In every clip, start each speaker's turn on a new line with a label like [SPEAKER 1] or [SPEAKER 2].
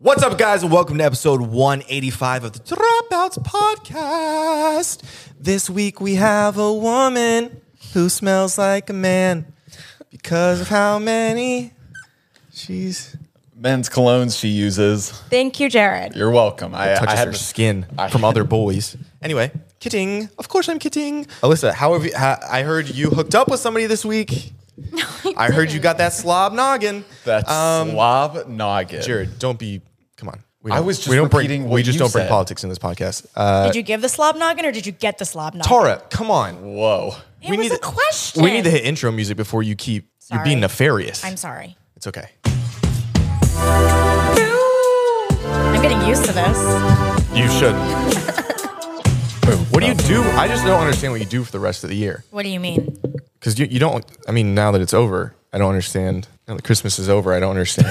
[SPEAKER 1] What's up, guys, and welcome to episode 185 of the Dropouts Podcast. This week we have a woman who smells like a man because of how many she's.
[SPEAKER 2] men's colognes she uses.
[SPEAKER 3] Thank you, Jared.
[SPEAKER 2] You're welcome. I, I
[SPEAKER 1] touches
[SPEAKER 2] had
[SPEAKER 1] her
[SPEAKER 2] to-
[SPEAKER 1] skin
[SPEAKER 2] I-
[SPEAKER 1] from other boys. Anyway, kidding. Of course, I'm kidding. Alyssa, how have you? Ha, I heard you hooked up with somebody this week. I heard you got that slob noggin.
[SPEAKER 2] that
[SPEAKER 1] Um,
[SPEAKER 2] slob noggin.
[SPEAKER 1] Jared, don't be. Come on. We
[SPEAKER 2] I
[SPEAKER 1] don't-
[SPEAKER 2] was just
[SPEAKER 1] we don't
[SPEAKER 2] repeating
[SPEAKER 1] bring,
[SPEAKER 2] what
[SPEAKER 1] we just
[SPEAKER 2] you
[SPEAKER 1] don't bring
[SPEAKER 2] said.
[SPEAKER 1] politics in this podcast. Uh,
[SPEAKER 3] did you give the slob noggin or did you get the slob noggin?
[SPEAKER 1] Tara, come on.
[SPEAKER 2] Whoa.
[SPEAKER 3] It was a question.
[SPEAKER 1] We need to hit intro music before you keep. You're
[SPEAKER 3] Sorry.
[SPEAKER 1] being nefarious.
[SPEAKER 3] I'm sorry.
[SPEAKER 1] It's okay.
[SPEAKER 3] I'm getting used to this.
[SPEAKER 1] You should. what do you do? I just don't understand what you do for the rest of the year.
[SPEAKER 3] What do you mean?
[SPEAKER 1] Because you, you don't. I mean, now that it's over, I don't understand. Now that Christmas is over, I don't understand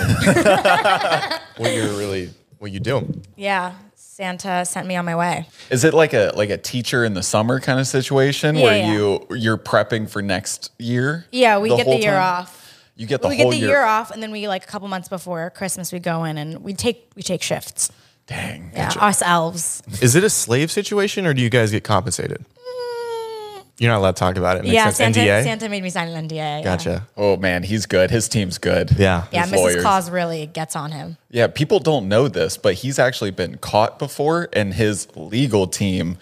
[SPEAKER 1] what you're really what you do.
[SPEAKER 3] Yeah, Santa sent me on my way.
[SPEAKER 2] Is it like a like a teacher in the summer kind of situation
[SPEAKER 3] Yeah,
[SPEAKER 2] where
[SPEAKER 3] yeah.
[SPEAKER 2] you you're prepping for next year?
[SPEAKER 3] Yeah, we get the
[SPEAKER 2] whole
[SPEAKER 3] year
[SPEAKER 2] time?
[SPEAKER 3] off.
[SPEAKER 2] You get the
[SPEAKER 3] we get
[SPEAKER 2] whole
[SPEAKER 3] the year.
[SPEAKER 2] year.
[SPEAKER 3] off, and then we like a couple months before Christmas, we go in and we take we take shifts.
[SPEAKER 2] Dang.
[SPEAKER 3] Yeah, us elves.
[SPEAKER 1] Is it a slave situation or do you guys get compensated? You're not allowed to talk about it. Makes
[SPEAKER 3] Mm. yeah,
[SPEAKER 1] sense.
[SPEAKER 3] Santa,
[SPEAKER 1] NDA.
[SPEAKER 3] Santa made me sign an NDA. yeah.
[SPEAKER 1] Gotcha.
[SPEAKER 2] Oh man, he's good. His team's good.
[SPEAKER 1] Yeah.
[SPEAKER 3] Yeah,
[SPEAKER 2] His
[SPEAKER 3] Mrs.
[SPEAKER 2] lawyers.
[SPEAKER 3] Claus really gets on him.
[SPEAKER 2] Yeah, people don't know this, but he's actually been caught before, and his legal team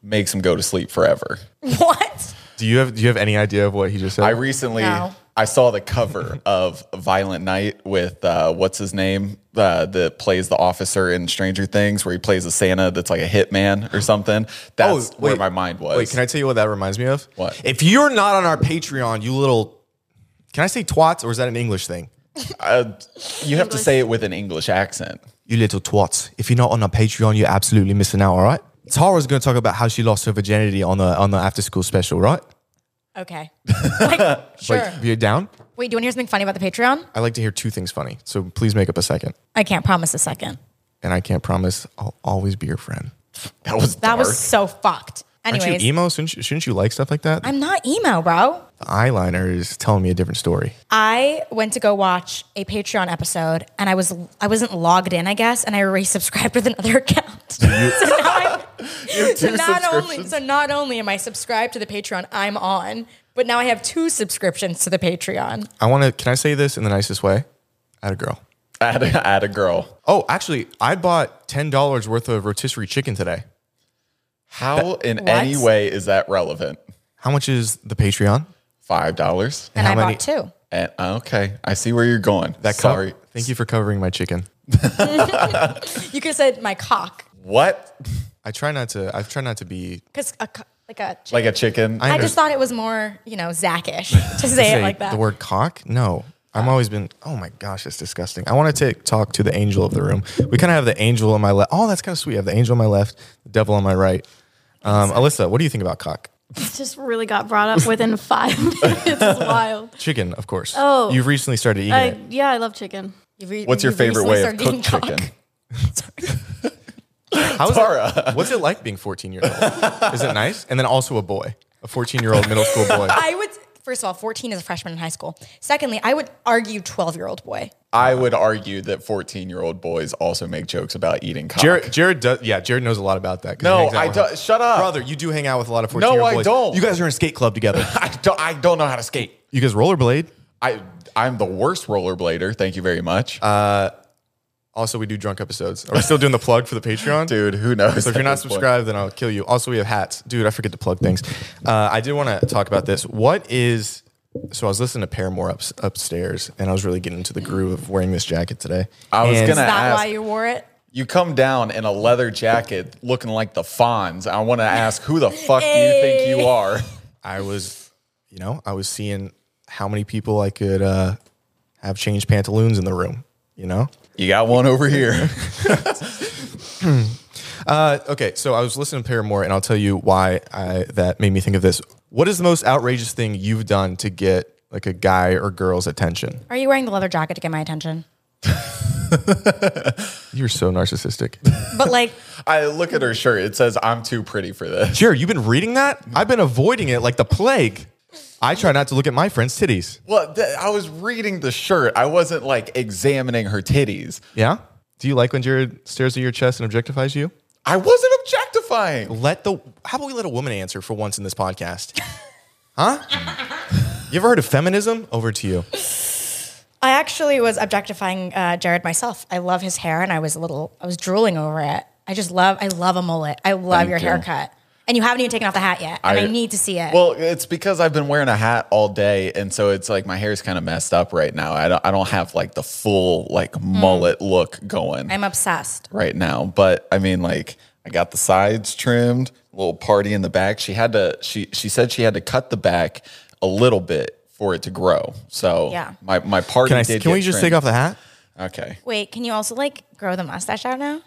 [SPEAKER 2] makes him go to sleep forever.
[SPEAKER 3] What?
[SPEAKER 1] Do you have Do you have any idea of what he just said?
[SPEAKER 2] I recently
[SPEAKER 3] No.
[SPEAKER 2] I saw the cover of Violent Night with uh, what's his name uh, that plays the officer in Stranger Things, where he plays a Santa that's like a hitman or something. That's where
[SPEAKER 1] Oh, wait.
[SPEAKER 2] my mind was.
[SPEAKER 1] Wait, can I tell you what that reminds me of?
[SPEAKER 2] What?
[SPEAKER 1] If you're not on our Patreon, you little. Can I say twats or is that an English thing?
[SPEAKER 2] you have to say it with an English accent.
[SPEAKER 1] You little twats. If you're not on our Patreon, you're absolutely missing out, all right? Tara's going to talk about how she lost her virginity on the on the after school special, right?
[SPEAKER 3] Okay. Like, sure.
[SPEAKER 1] Like, you're down?
[SPEAKER 3] Wait, do you want to hear something funny about the Patreon?
[SPEAKER 1] I like to hear two things funny. So please make up a second.
[SPEAKER 3] I can't promise a second.
[SPEAKER 1] And I can't promise I'll always be your friend.
[SPEAKER 2] That was
[SPEAKER 3] That
[SPEAKER 2] dark.
[SPEAKER 3] was so fucked. Anyways,
[SPEAKER 1] Aren't you emo? Shouldn't you, shouldn't you like stuff like that?
[SPEAKER 3] I'm not emo, bro.
[SPEAKER 1] the eyeliner is telling me a different story.
[SPEAKER 3] I went to go watch a Patreon episode and I was I wasn't logged in, I guess, and I resubscribed with another account. so now I, so not only so not only am I subscribed to the Patreon I'm on, but now I have two subscriptions to the Patreon.
[SPEAKER 1] I want to, can I say this in the nicest way? At a girl.
[SPEAKER 2] Add a, add a girl.
[SPEAKER 1] Oh, actually, I bought $10 worth of rotisserie chicken today.
[SPEAKER 2] How in any
[SPEAKER 3] What?
[SPEAKER 2] way is that relevant?
[SPEAKER 1] How much is the Patreon?
[SPEAKER 2] Five dollars.
[SPEAKER 3] And
[SPEAKER 1] how
[SPEAKER 3] I
[SPEAKER 1] many-
[SPEAKER 3] bought two.
[SPEAKER 2] And okay, I see where you're going.
[SPEAKER 1] That co-
[SPEAKER 2] Sorry.
[SPEAKER 1] Thank you for covering my chicken.
[SPEAKER 3] You could have said my cock.
[SPEAKER 2] What?
[SPEAKER 1] I try not to. I try not to be
[SPEAKER 3] Because a co- like a
[SPEAKER 2] Like a chicken?
[SPEAKER 3] I just thought it was more, you know, Zachish to say it
[SPEAKER 1] say
[SPEAKER 3] like that.
[SPEAKER 1] the word cock. No, I'm always been. Oh my gosh, it's disgusting. I want to take talk to the angel of the room. We kind of have the angel on my left. Oh, that's kind of sweet. I have the angel on my left, the devil on my right. Um, Alyssa, what do you think about cock?
[SPEAKER 4] just really got brought up within five minutes. It's wild.
[SPEAKER 1] Chicken, of course. Oh, you've recently started
[SPEAKER 3] Uh,
[SPEAKER 1] eating
[SPEAKER 4] I,
[SPEAKER 1] it.
[SPEAKER 4] yeah, I love chicken.
[SPEAKER 3] You've re-
[SPEAKER 2] What's your
[SPEAKER 3] you've
[SPEAKER 2] favorite way
[SPEAKER 3] recently
[SPEAKER 2] of
[SPEAKER 3] started eating
[SPEAKER 2] cooked chicken?
[SPEAKER 3] cock.
[SPEAKER 1] How's Tara. what's it like being 14 years old? Is it nice? And then also a boy, a 14 year old middle school boy.
[SPEAKER 3] I would first of all, 14 is a freshman in high school. Secondly, I would argue 12 year old boy.
[SPEAKER 2] I would argue that 14 year old boys also make jokes about eating cock.
[SPEAKER 1] Jared, Jared does. Yeah, Jared knows a lot about that. 'cause he
[SPEAKER 2] No,
[SPEAKER 1] hangs out
[SPEAKER 2] I
[SPEAKER 1] with
[SPEAKER 2] don't-
[SPEAKER 1] him.
[SPEAKER 2] shut up.
[SPEAKER 1] brother. You do hang out with a lot of fourteen-year-old
[SPEAKER 2] I
[SPEAKER 1] boys.
[SPEAKER 2] don't.
[SPEAKER 1] You guys are in a skate club together.
[SPEAKER 2] I don't, I don't know how to skate.
[SPEAKER 1] you guys rollerblade.
[SPEAKER 2] I, I'm the worst rollerblader. Thank you very much.
[SPEAKER 1] Uh, Also, we do drunk episodes. Are we still doing the plug for the Patreon,
[SPEAKER 2] Dude, who knows?
[SPEAKER 1] So if you're not subscribed, then I'll kill you. Also, we have hats, dude. I forget to plug things. Uh, I did want to talk about this. What is? So I was listening to Paramore ups, upstairs, and I was really getting into the groove of wearing this jacket today.
[SPEAKER 2] I was
[SPEAKER 1] And-
[SPEAKER 2] going to
[SPEAKER 3] Is that
[SPEAKER 2] ask.
[SPEAKER 3] why you wore it?
[SPEAKER 2] you come down in a leather jacket looking like the Fonz. I want to ask who the fuck do you think you are?
[SPEAKER 1] I was, you know, I was seeing how many people I could uh, have changed pantaloons in the room. You know,
[SPEAKER 2] You got one over here.
[SPEAKER 1] Uh, okay, so I was listening to Paramore, and I'll tell you why I, that made me think of this. What is the most outrageous thing you've done to get like a guy or girl's attention?
[SPEAKER 3] Are you wearing the leather jacket to get my attention?
[SPEAKER 1] You're so narcissistic.
[SPEAKER 3] But like,
[SPEAKER 2] I look at her shirt. It says, "I'm too pretty for this."
[SPEAKER 1] Jared, you've been reading that? I've been avoiding it like the plague. I try not to look at my friend's titties.
[SPEAKER 2] Well, th- I was reading the shirt. I wasn't like examining her titties.
[SPEAKER 1] Yeah? Do you like when Jared stares at your chest and objectifies you?
[SPEAKER 2] I wasn't objectifying.
[SPEAKER 1] Let the how about we let a woman answer for once in this podcast? huh? You ever heard of feminism? Over to you.
[SPEAKER 3] I actually was objectifying uh, Jared myself. I love his hair, and I was a little, I was drooling over it. I just love, I love a mullet. I love
[SPEAKER 2] Thank
[SPEAKER 3] your
[SPEAKER 2] you.
[SPEAKER 3] haircut, and you haven't even taken off the hat yet, and I,
[SPEAKER 2] I-
[SPEAKER 3] need to see it.
[SPEAKER 2] Well, it's because I've been wearing a hat all day, and so it's like my hair's kind of messed up right now. I don't, I don't have like the full like mullet look going
[SPEAKER 3] Hmm. I'm obsessed.
[SPEAKER 2] right now. But I mean, like I got the sides trimmed, little party in the back. She had to. She she said she had to cut the back a little bit for it to grow. So
[SPEAKER 3] Yeah.
[SPEAKER 2] my my party
[SPEAKER 1] Can I
[SPEAKER 2] did.
[SPEAKER 1] can we
[SPEAKER 2] get
[SPEAKER 1] just
[SPEAKER 2] trimmed.
[SPEAKER 1] take off the hat?
[SPEAKER 2] Okay.
[SPEAKER 3] Wait, can you also like grow the mustache out now?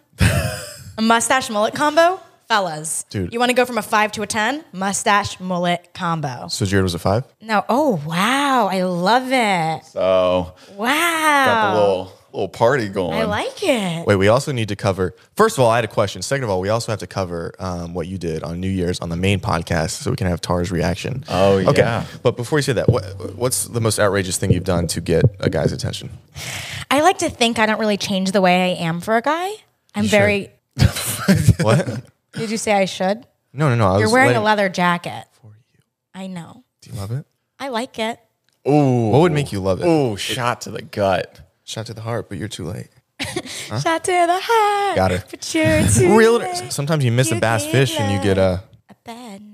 [SPEAKER 3] a mustache mullet combo, fellas.
[SPEAKER 1] Dude.
[SPEAKER 3] you want to go from a five to a ten? Mustache mullet combo.
[SPEAKER 1] So Jared was a five?
[SPEAKER 3] No, oh wow, I love it.
[SPEAKER 2] So got the
[SPEAKER 3] Wow,
[SPEAKER 2] little little party going.
[SPEAKER 3] Oh. I like it.
[SPEAKER 1] Wait, we also need to cover. First of all, I had a question. Second of all, we also have to cover um, what you did on New Year's on the main podcast, so we can have Tara's reaction.
[SPEAKER 2] Oh, yeah.
[SPEAKER 1] Okay, but before you say that, what, what's the most outrageous thing you've done to get a guy's attention?
[SPEAKER 3] I like to think I don't really change the way I am for a guy. I'm very.
[SPEAKER 1] What?
[SPEAKER 3] Did you say I should?
[SPEAKER 1] No, no, no. I
[SPEAKER 3] You're
[SPEAKER 1] was
[SPEAKER 3] wearing
[SPEAKER 1] letting-
[SPEAKER 3] a leather jacket. I know.
[SPEAKER 1] Do you love it?
[SPEAKER 3] I like it.
[SPEAKER 2] Ooh.
[SPEAKER 1] What would make you love it?
[SPEAKER 2] Ooh, shot to the gut.
[SPEAKER 1] Shot to the heart, but you're too late.
[SPEAKER 3] Shot to the heart.
[SPEAKER 1] Got her.
[SPEAKER 3] But you're too
[SPEAKER 1] Real. Sometimes you miss a bass fish and you get a.
[SPEAKER 3] bad. name.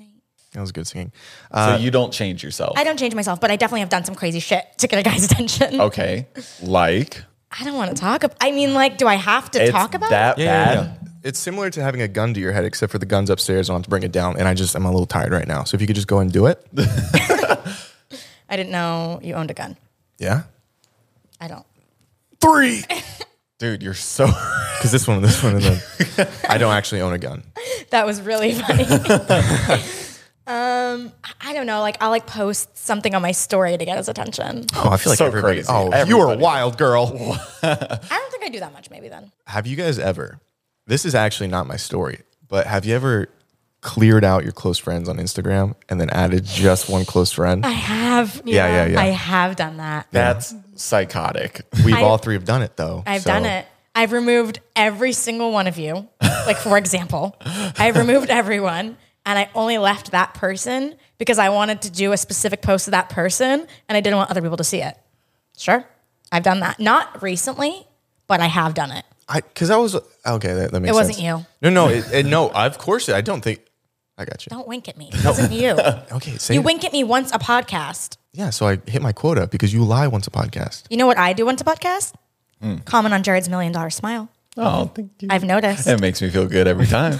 [SPEAKER 1] That was good singing. Uh,
[SPEAKER 2] So you don't change yourself.
[SPEAKER 3] I don't change myself, but I definitely have done some crazy shit to get a guy's attention.
[SPEAKER 2] okay. Like
[SPEAKER 3] I don't want to talk. Ab- I mean, like, do I have to
[SPEAKER 2] it's
[SPEAKER 3] talk about
[SPEAKER 2] that bad.
[SPEAKER 1] It's similar to having a gun to your head, except for the gun's upstairs and I have to bring it down. And I just, I'm a little tired right now. So if you could just go and do it.
[SPEAKER 3] it? I didn't know you owned a gun.
[SPEAKER 1] Yeah.
[SPEAKER 3] I don't.
[SPEAKER 1] Three.
[SPEAKER 2] Dude, you're so
[SPEAKER 1] Because this one, this one, and then I don't actually own a gun.
[SPEAKER 3] That was really funny. um, I- I don't know. Like, I'll like post something on my story to get his attention.
[SPEAKER 1] Oh, I feel like
[SPEAKER 2] So
[SPEAKER 1] everybody.
[SPEAKER 2] crazy.
[SPEAKER 1] Oh, you were a
[SPEAKER 2] Everybody.
[SPEAKER 1] wild girl.
[SPEAKER 3] I don't think I do that much. Maybe then.
[SPEAKER 1] Have you guys ever? This is actually not my story, but have you ever cleared out your close friends on Instagram and then added just one close friend?
[SPEAKER 3] I have.
[SPEAKER 1] Yeah, yeah, yeah.
[SPEAKER 3] I have done that.
[SPEAKER 2] that's psychotic.
[SPEAKER 1] We've
[SPEAKER 3] I-
[SPEAKER 1] all three have done it though.
[SPEAKER 3] I've
[SPEAKER 1] so-
[SPEAKER 3] done it. I've removed every single one of you. Like, for example, I've removed everyone and I only left that person because I wanted to do a specific post to that person and I didn't want other people to see it. Sure. I've done that. Not recently, but I have done it.
[SPEAKER 1] I because I was okay. That, that makes.
[SPEAKER 3] It wasn't
[SPEAKER 1] sense. No,
[SPEAKER 3] you.
[SPEAKER 1] no, it, it- no. Of course, I don't think. I got you.
[SPEAKER 3] Don't wink at me. It wasn't you.
[SPEAKER 1] Okay, say
[SPEAKER 3] You
[SPEAKER 1] it.
[SPEAKER 3] wink at me once a podcast.
[SPEAKER 1] Yeah, so I hit my quota because you lie once a podcast.
[SPEAKER 3] You know what I do once a podcast?
[SPEAKER 1] Hmm.
[SPEAKER 3] Comment on Jared's million dollar smile.
[SPEAKER 2] Oh, thank you.
[SPEAKER 3] I've noticed.
[SPEAKER 2] It makes me feel good every time.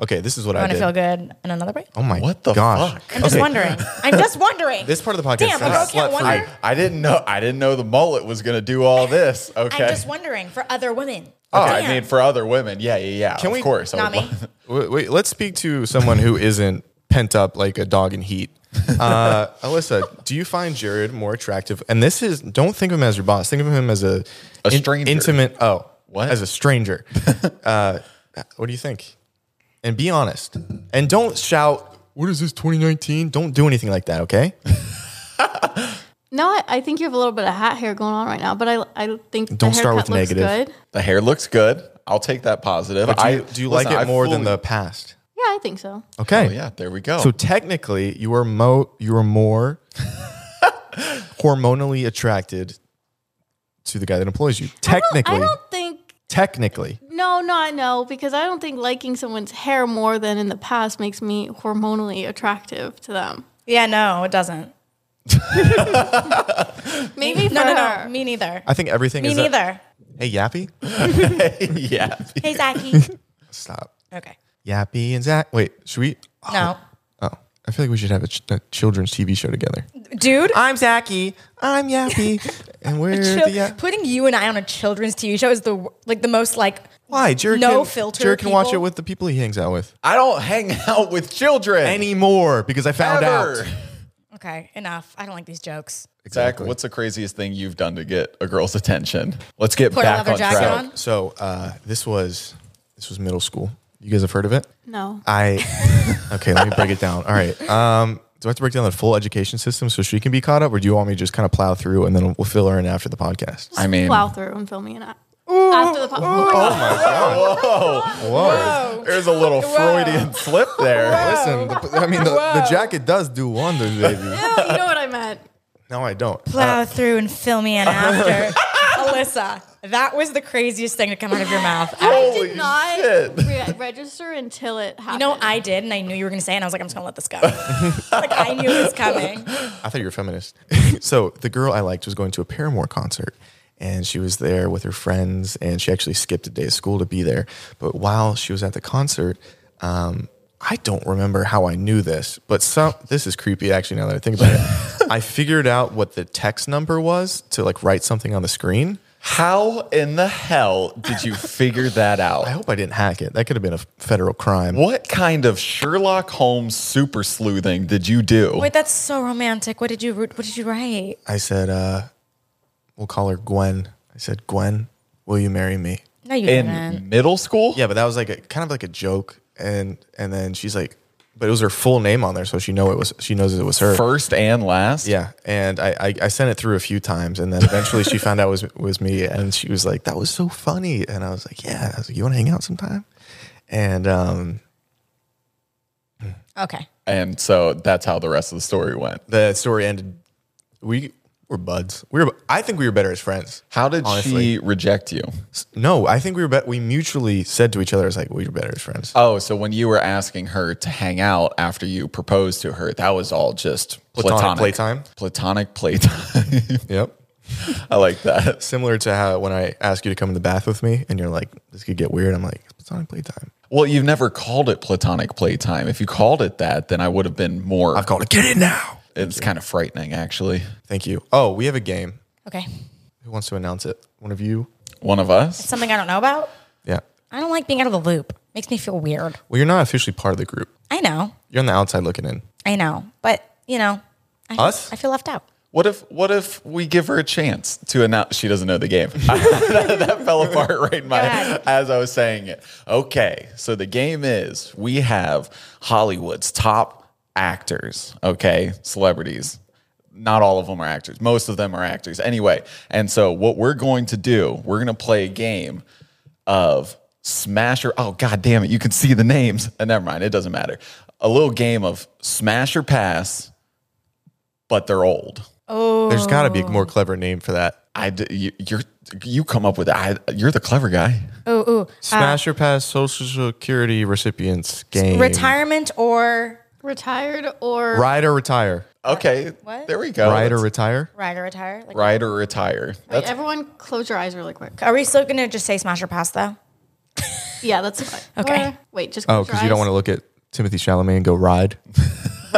[SPEAKER 1] Okay, this is what I
[SPEAKER 3] Want
[SPEAKER 1] did.
[SPEAKER 3] to feel good in another way?
[SPEAKER 1] oh my
[SPEAKER 2] What the
[SPEAKER 1] gosh.
[SPEAKER 2] fuck?
[SPEAKER 3] I'm just wondering. I'm just wondering.
[SPEAKER 1] This part of the podcast
[SPEAKER 3] Damn,
[SPEAKER 1] is
[SPEAKER 3] a girl
[SPEAKER 1] slut-free.
[SPEAKER 3] can't wonder.
[SPEAKER 2] I, I didn't know I didn't know the mullet was gonna do all this. Okay.
[SPEAKER 3] I'm just wondering for other women.
[SPEAKER 2] oh,
[SPEAKER 3] Damn.
[SPEAKER 2] I mean for other women. Yeah, yeah, yeah.
[SPEAKER 1] Can
[SPEAKER 2] of
[SPEAKER 1] we-
[SPEAKER 2] course. I
[SPEAKER 3] Not
[SPEAKER 2] would
[SPEAKER 3] me.
[SPEAKER 2] love-
[SPEAKER 1] Wait, wait, let's speak to someone who isn't pent up like a dog in heat. Uh, Alyssa, do you find Jared more attractive? And this is don't think of him as your boss. Think of him as a,
[SPEAKER 2] A stranger.
[SPEAKER 1] intimate. Oh,
[SPEAKER 2] What?
[SPEAKER 1] As a stranger. uh, what do you think? And be honest. And don't shout. What is this 2019? Don't do anything like that. Okay.
[SPEAKER 4] No, I, I think you have a little bit of hat hair going on right now, but I, I think the
[SPEAKER 1] Don't start
[SPEAKER 4] haircut
[SPEAKER 1] with
[SPEAKER 4] looks
[SPEAKER 1] negative.
[SPEAKER 4] Good.
[SPEAKER 2] The hair looks good. I'll take that positive.
[SPEAKER 1] But do you,
[SPEAKER 2] I-
[SPEAKER 1] do you
[SPEAKER 2] listen,
[SPEAKER 1] like it
[SPEAKER 2] I
[SPEAKER 1] more than
[SPEAKER 2] fully-
[SPEAKER 1] the past?
[SPEAKER 4] Yeah, I think so.
[SPEAKER 1] Okay.
[SPEAKER 2] Oh, yeah, there we go.
[SPEAKER 1] So technically, you are mo you are more hormonally attracted to the guy that employs you. Technically,
[SPEAKER 4] I don't think.
[SPEAKER 1] technically,
[SPEAKER 4] No, no, I know because I don't think liking someone's hair more than in the past makes me hormonally attractive to them.
[SPEAKER 3] yeah, no, it doesn't.
[SPEAKER 4] Maybe for
[SPEAKER 3] No, no,
[SPEAKER 4] her.
[SPEAKER 3] no, me neither.
[SPEAKER 1] I think everything
[SPEAKER 3] me
[SPEAKER 1] is. a-
[SPEAKER 3] neither.
[SPEAKER 1] hey, Yappy,
[SPEAKER 2] yeah.
[SPEAKER 3] Hey, Zachy.
[SPEAKER 1] stop.
[SPEAKER 3] okay.
[SPEAKER 1] Yappy and Zach. Wait, should we?
[SPEAKER 3] No.
[SPEAKER 1] Oh, I feel like we should have a, ch- a children's TV show together.
[SPEAKER 3] Dude,
[SPEAKER 1] I'm Zachy. I'm Yappy. and we're
[SPEAKER 3] Chil-
[SPEAKER 1] the uh, Yap-
[SPEAKER 3] putting you and I on a children's TV show is the wor- like the most like
[SPEAKER 1] Why? Jared
[SPEAKER 3] no
[SPEAKER 1] can,
[SPEAKER 3] filter
[SPEAKER 1] Jared can watch it
[SPEAKER 3] people.
[SPEAKER 1] with the people he hangs out with
[SPEAKER 2] I don't hang out with children
[SPEAKER 1] anymore because I found
[SPEAKER 2] ever.
[SPEAKER 1] out.
[SPEAKER 3] okay enough. I don't like these jokes.
[SPEAKER 2] Zach, what's the craziest thing you've done to get a girl's attention? Let's get
[SPEAKER 3] Put a
[SPEAKER 2] back
[SPEAKER 3] leather
[SPEAKER 2] on
[SPEAKER 3] jacket
[SPEAKER 2] track.
[SPEAKER 3] on.
[SPEAKER 1] So uh, this was this was middle school. You guys have heard of it?
[SPEAKER 4] No.
[SPEAKER 1] I okay. Let me break it down. All right. Um, do I have to break down the full education system so she can be caught up, or do you want me to just kind of plow through and then we'll fill her in after the podcast?
[SPEAKER 2] I mean,
[SPEAKER 4] plow through and film me an app. After the Oh, podcast.
[SPEAKER 2] there's a little Freudian slip there.
[SPEAKER 1] Listen, the, I mean the, the jacket does do wonders, baby.
[SPEAKER 4] No, you know what I meant.
[SPEAKER 1] no, I don't.
[SPEAKER 3] Plow through and fill me in after. Alyssa, that was the craziest thing to come out of your mouth. I-
[SPEAKER 4] I
[SPEAKER 2] Holy
[SPEAKER 4] did not
[SPEAKER 2] shit.
[SPEAKER 4] re- register until it
[SPEAKER 3] you
[SPEAKER 4] happened.
[SPEAKER 3] know, I did, and I knew you were going to say, it, and I was like, I'm just going to let this go. like I knew it was coming.
[SPEAKER 1] I thought you were feminist. so the girl I liked was going to a Paramore concert and she was there with her friends and she actually skipped a day of school to be there. But while she was at the concert, um, I don't remember how I knew this, but some this is creepy actually now that I think about it. I figured out what the text number was to like write something on the screen.
[SPEAKER 2] How in the hell did you figure that
[SPEAKER 1] I
[SPEAKER 2] out?
[SPEAKER 1] hope I didn't hack it. That could have been a federal crime.
[SPEAKER 2] What kind of Sherlock Holmes super sleuthing did you do?
[SPEAKER 3] Wait, that's so romantic. What did you What did you write?
[SPEAKER 1] I said, uh, we'll call her Gwen. I said, Gwen, will you marry me?
[SPEAKER 3] No, you didn't.
[SPEAKER 2] in middle school?
[SPEAKER 1] Yeah, but that was like a kind of like a joke, and and then she's like, but it was her full name on there, so she know it was she knows it was her.
[SPEAKER 2] First and last?
[SPEAKER 1] yeah, and I, I I sent it through a few times, and then eventually she found out it was was me, and she was like, that was so funny, and I was like, yeah, I was like, you want to hang out sometime, and um,
[SPEAKER 3] Okay.
[SPEAKER 2] And so that's how the rest of the story went.
[SPEAKER 1] the story ended. We were buds. We were. I think we were better as friends.
[SPEAKER 2] How did
[SPEAKER 1] Honestly.
[SPEAKER 2] she reject you?
[SPEAKER 1] No, I think we were. Bet we mutually said to each other, "It's like we were better as friends."
[SPEAKER 2] Oh, so when you were asking her to hang out after you proposed to her, that was all just
[SPEAKER 1] Platonic
[SPEAKER 2] platonic,
[SPEAKER 1] playtime?
[SPEAKER 2] Platonic playtime.
[SPEAKER 1] yep.
[SPEAKER 2] I like that.
[SPEAKER 1] Similar to how when I ask you to come in the bath with me, and you're like, "This could get weird." I'm like, "It's platonic playtime."
[SPEAKER 2] Well, you've never called it platonic playtime. If you called it that, then I would have been more.
[SPEAKER 1] I've called it. Get in now.
[SPEAKER 2] it's kind of frightening, actually.
[SPEAKER 1] Thank you. Oh, we have a game.
[SPEAKER 3] Okay.
[SPEAKER 1] Who wants to announce it? One of you?
[SPEAKER 2] One of us.
[SPEAKER 3] Something I don't know about.
[SPEAKER 1] Yeah.
[SPEAKER 3] I don't like being out of the loop. Makes me feel weird.
[SPEAKER 1] Well, you're not officially part of the group.
[SPEAKER 3] I know.
[SPEAKER 1] You're on the outside looking in.
[SPEAKER 3] I know. But, you know, I feel-
[SPEAKER 1] Us?
[SPEAKER 3] I feel left out.
[SPEAKER 2] What if what if we give her a chance to announce she doesn't know the game? that, that fell apart right in my
[SPEAKER 3] ahead.
[SPEAKER 2] as I was saying it. Okay, so the game is we have Hollywood's top actors, okay, celebrities. Not all of them are actors. Most of them are actors. Anyway, and so what we're going to do, we're going to play a game of Smasher. Oh god damn it, you can see the names. And never mind, it doesn't matter. A little game of Smasher Pass, but they're old.
[SPEAKER 1] There's got to be a more clever name for that.
[SPEAKER 3] Uh,
[SPEAKER 2] I d- you, you're you come up with I, you're the clever guy.
[SPEAKER 1] Smash your past social security recipients game.
[SPEAKER 3] Retirement or
[SPEAKER 4] Retired or
[SPEAKER 1] Ride or retire.
[SPEAKER 2] Okay,
[SPEAKER 3] What?
[SPEAKER 2] there we go.
[SPEAKER 1] Ride or
[SPEAKER 2] That's-
[SPEAKER 1] retire.
[SPEAKER 3] ride or retire? Like,
[SPEAKER 2] ride or retire.
[SPEAKER 4] Wait,
[SPEAKER 2] That's
[SPEAKER 4] everyone close your eyes really quick.
[SPEAKER 3] Are we still going to just say smash or pass, though?
[SPEAKER 4] Yeah, that's fine.
[SPEAKER 3] Okay.
[SPEAKER 4] Or- wait, just
[SPEAKER 1] Oh,
[SPEAKER 4] close
[SPEAKER 1] because you don't want to look at Timothy Chalamet and go ride. You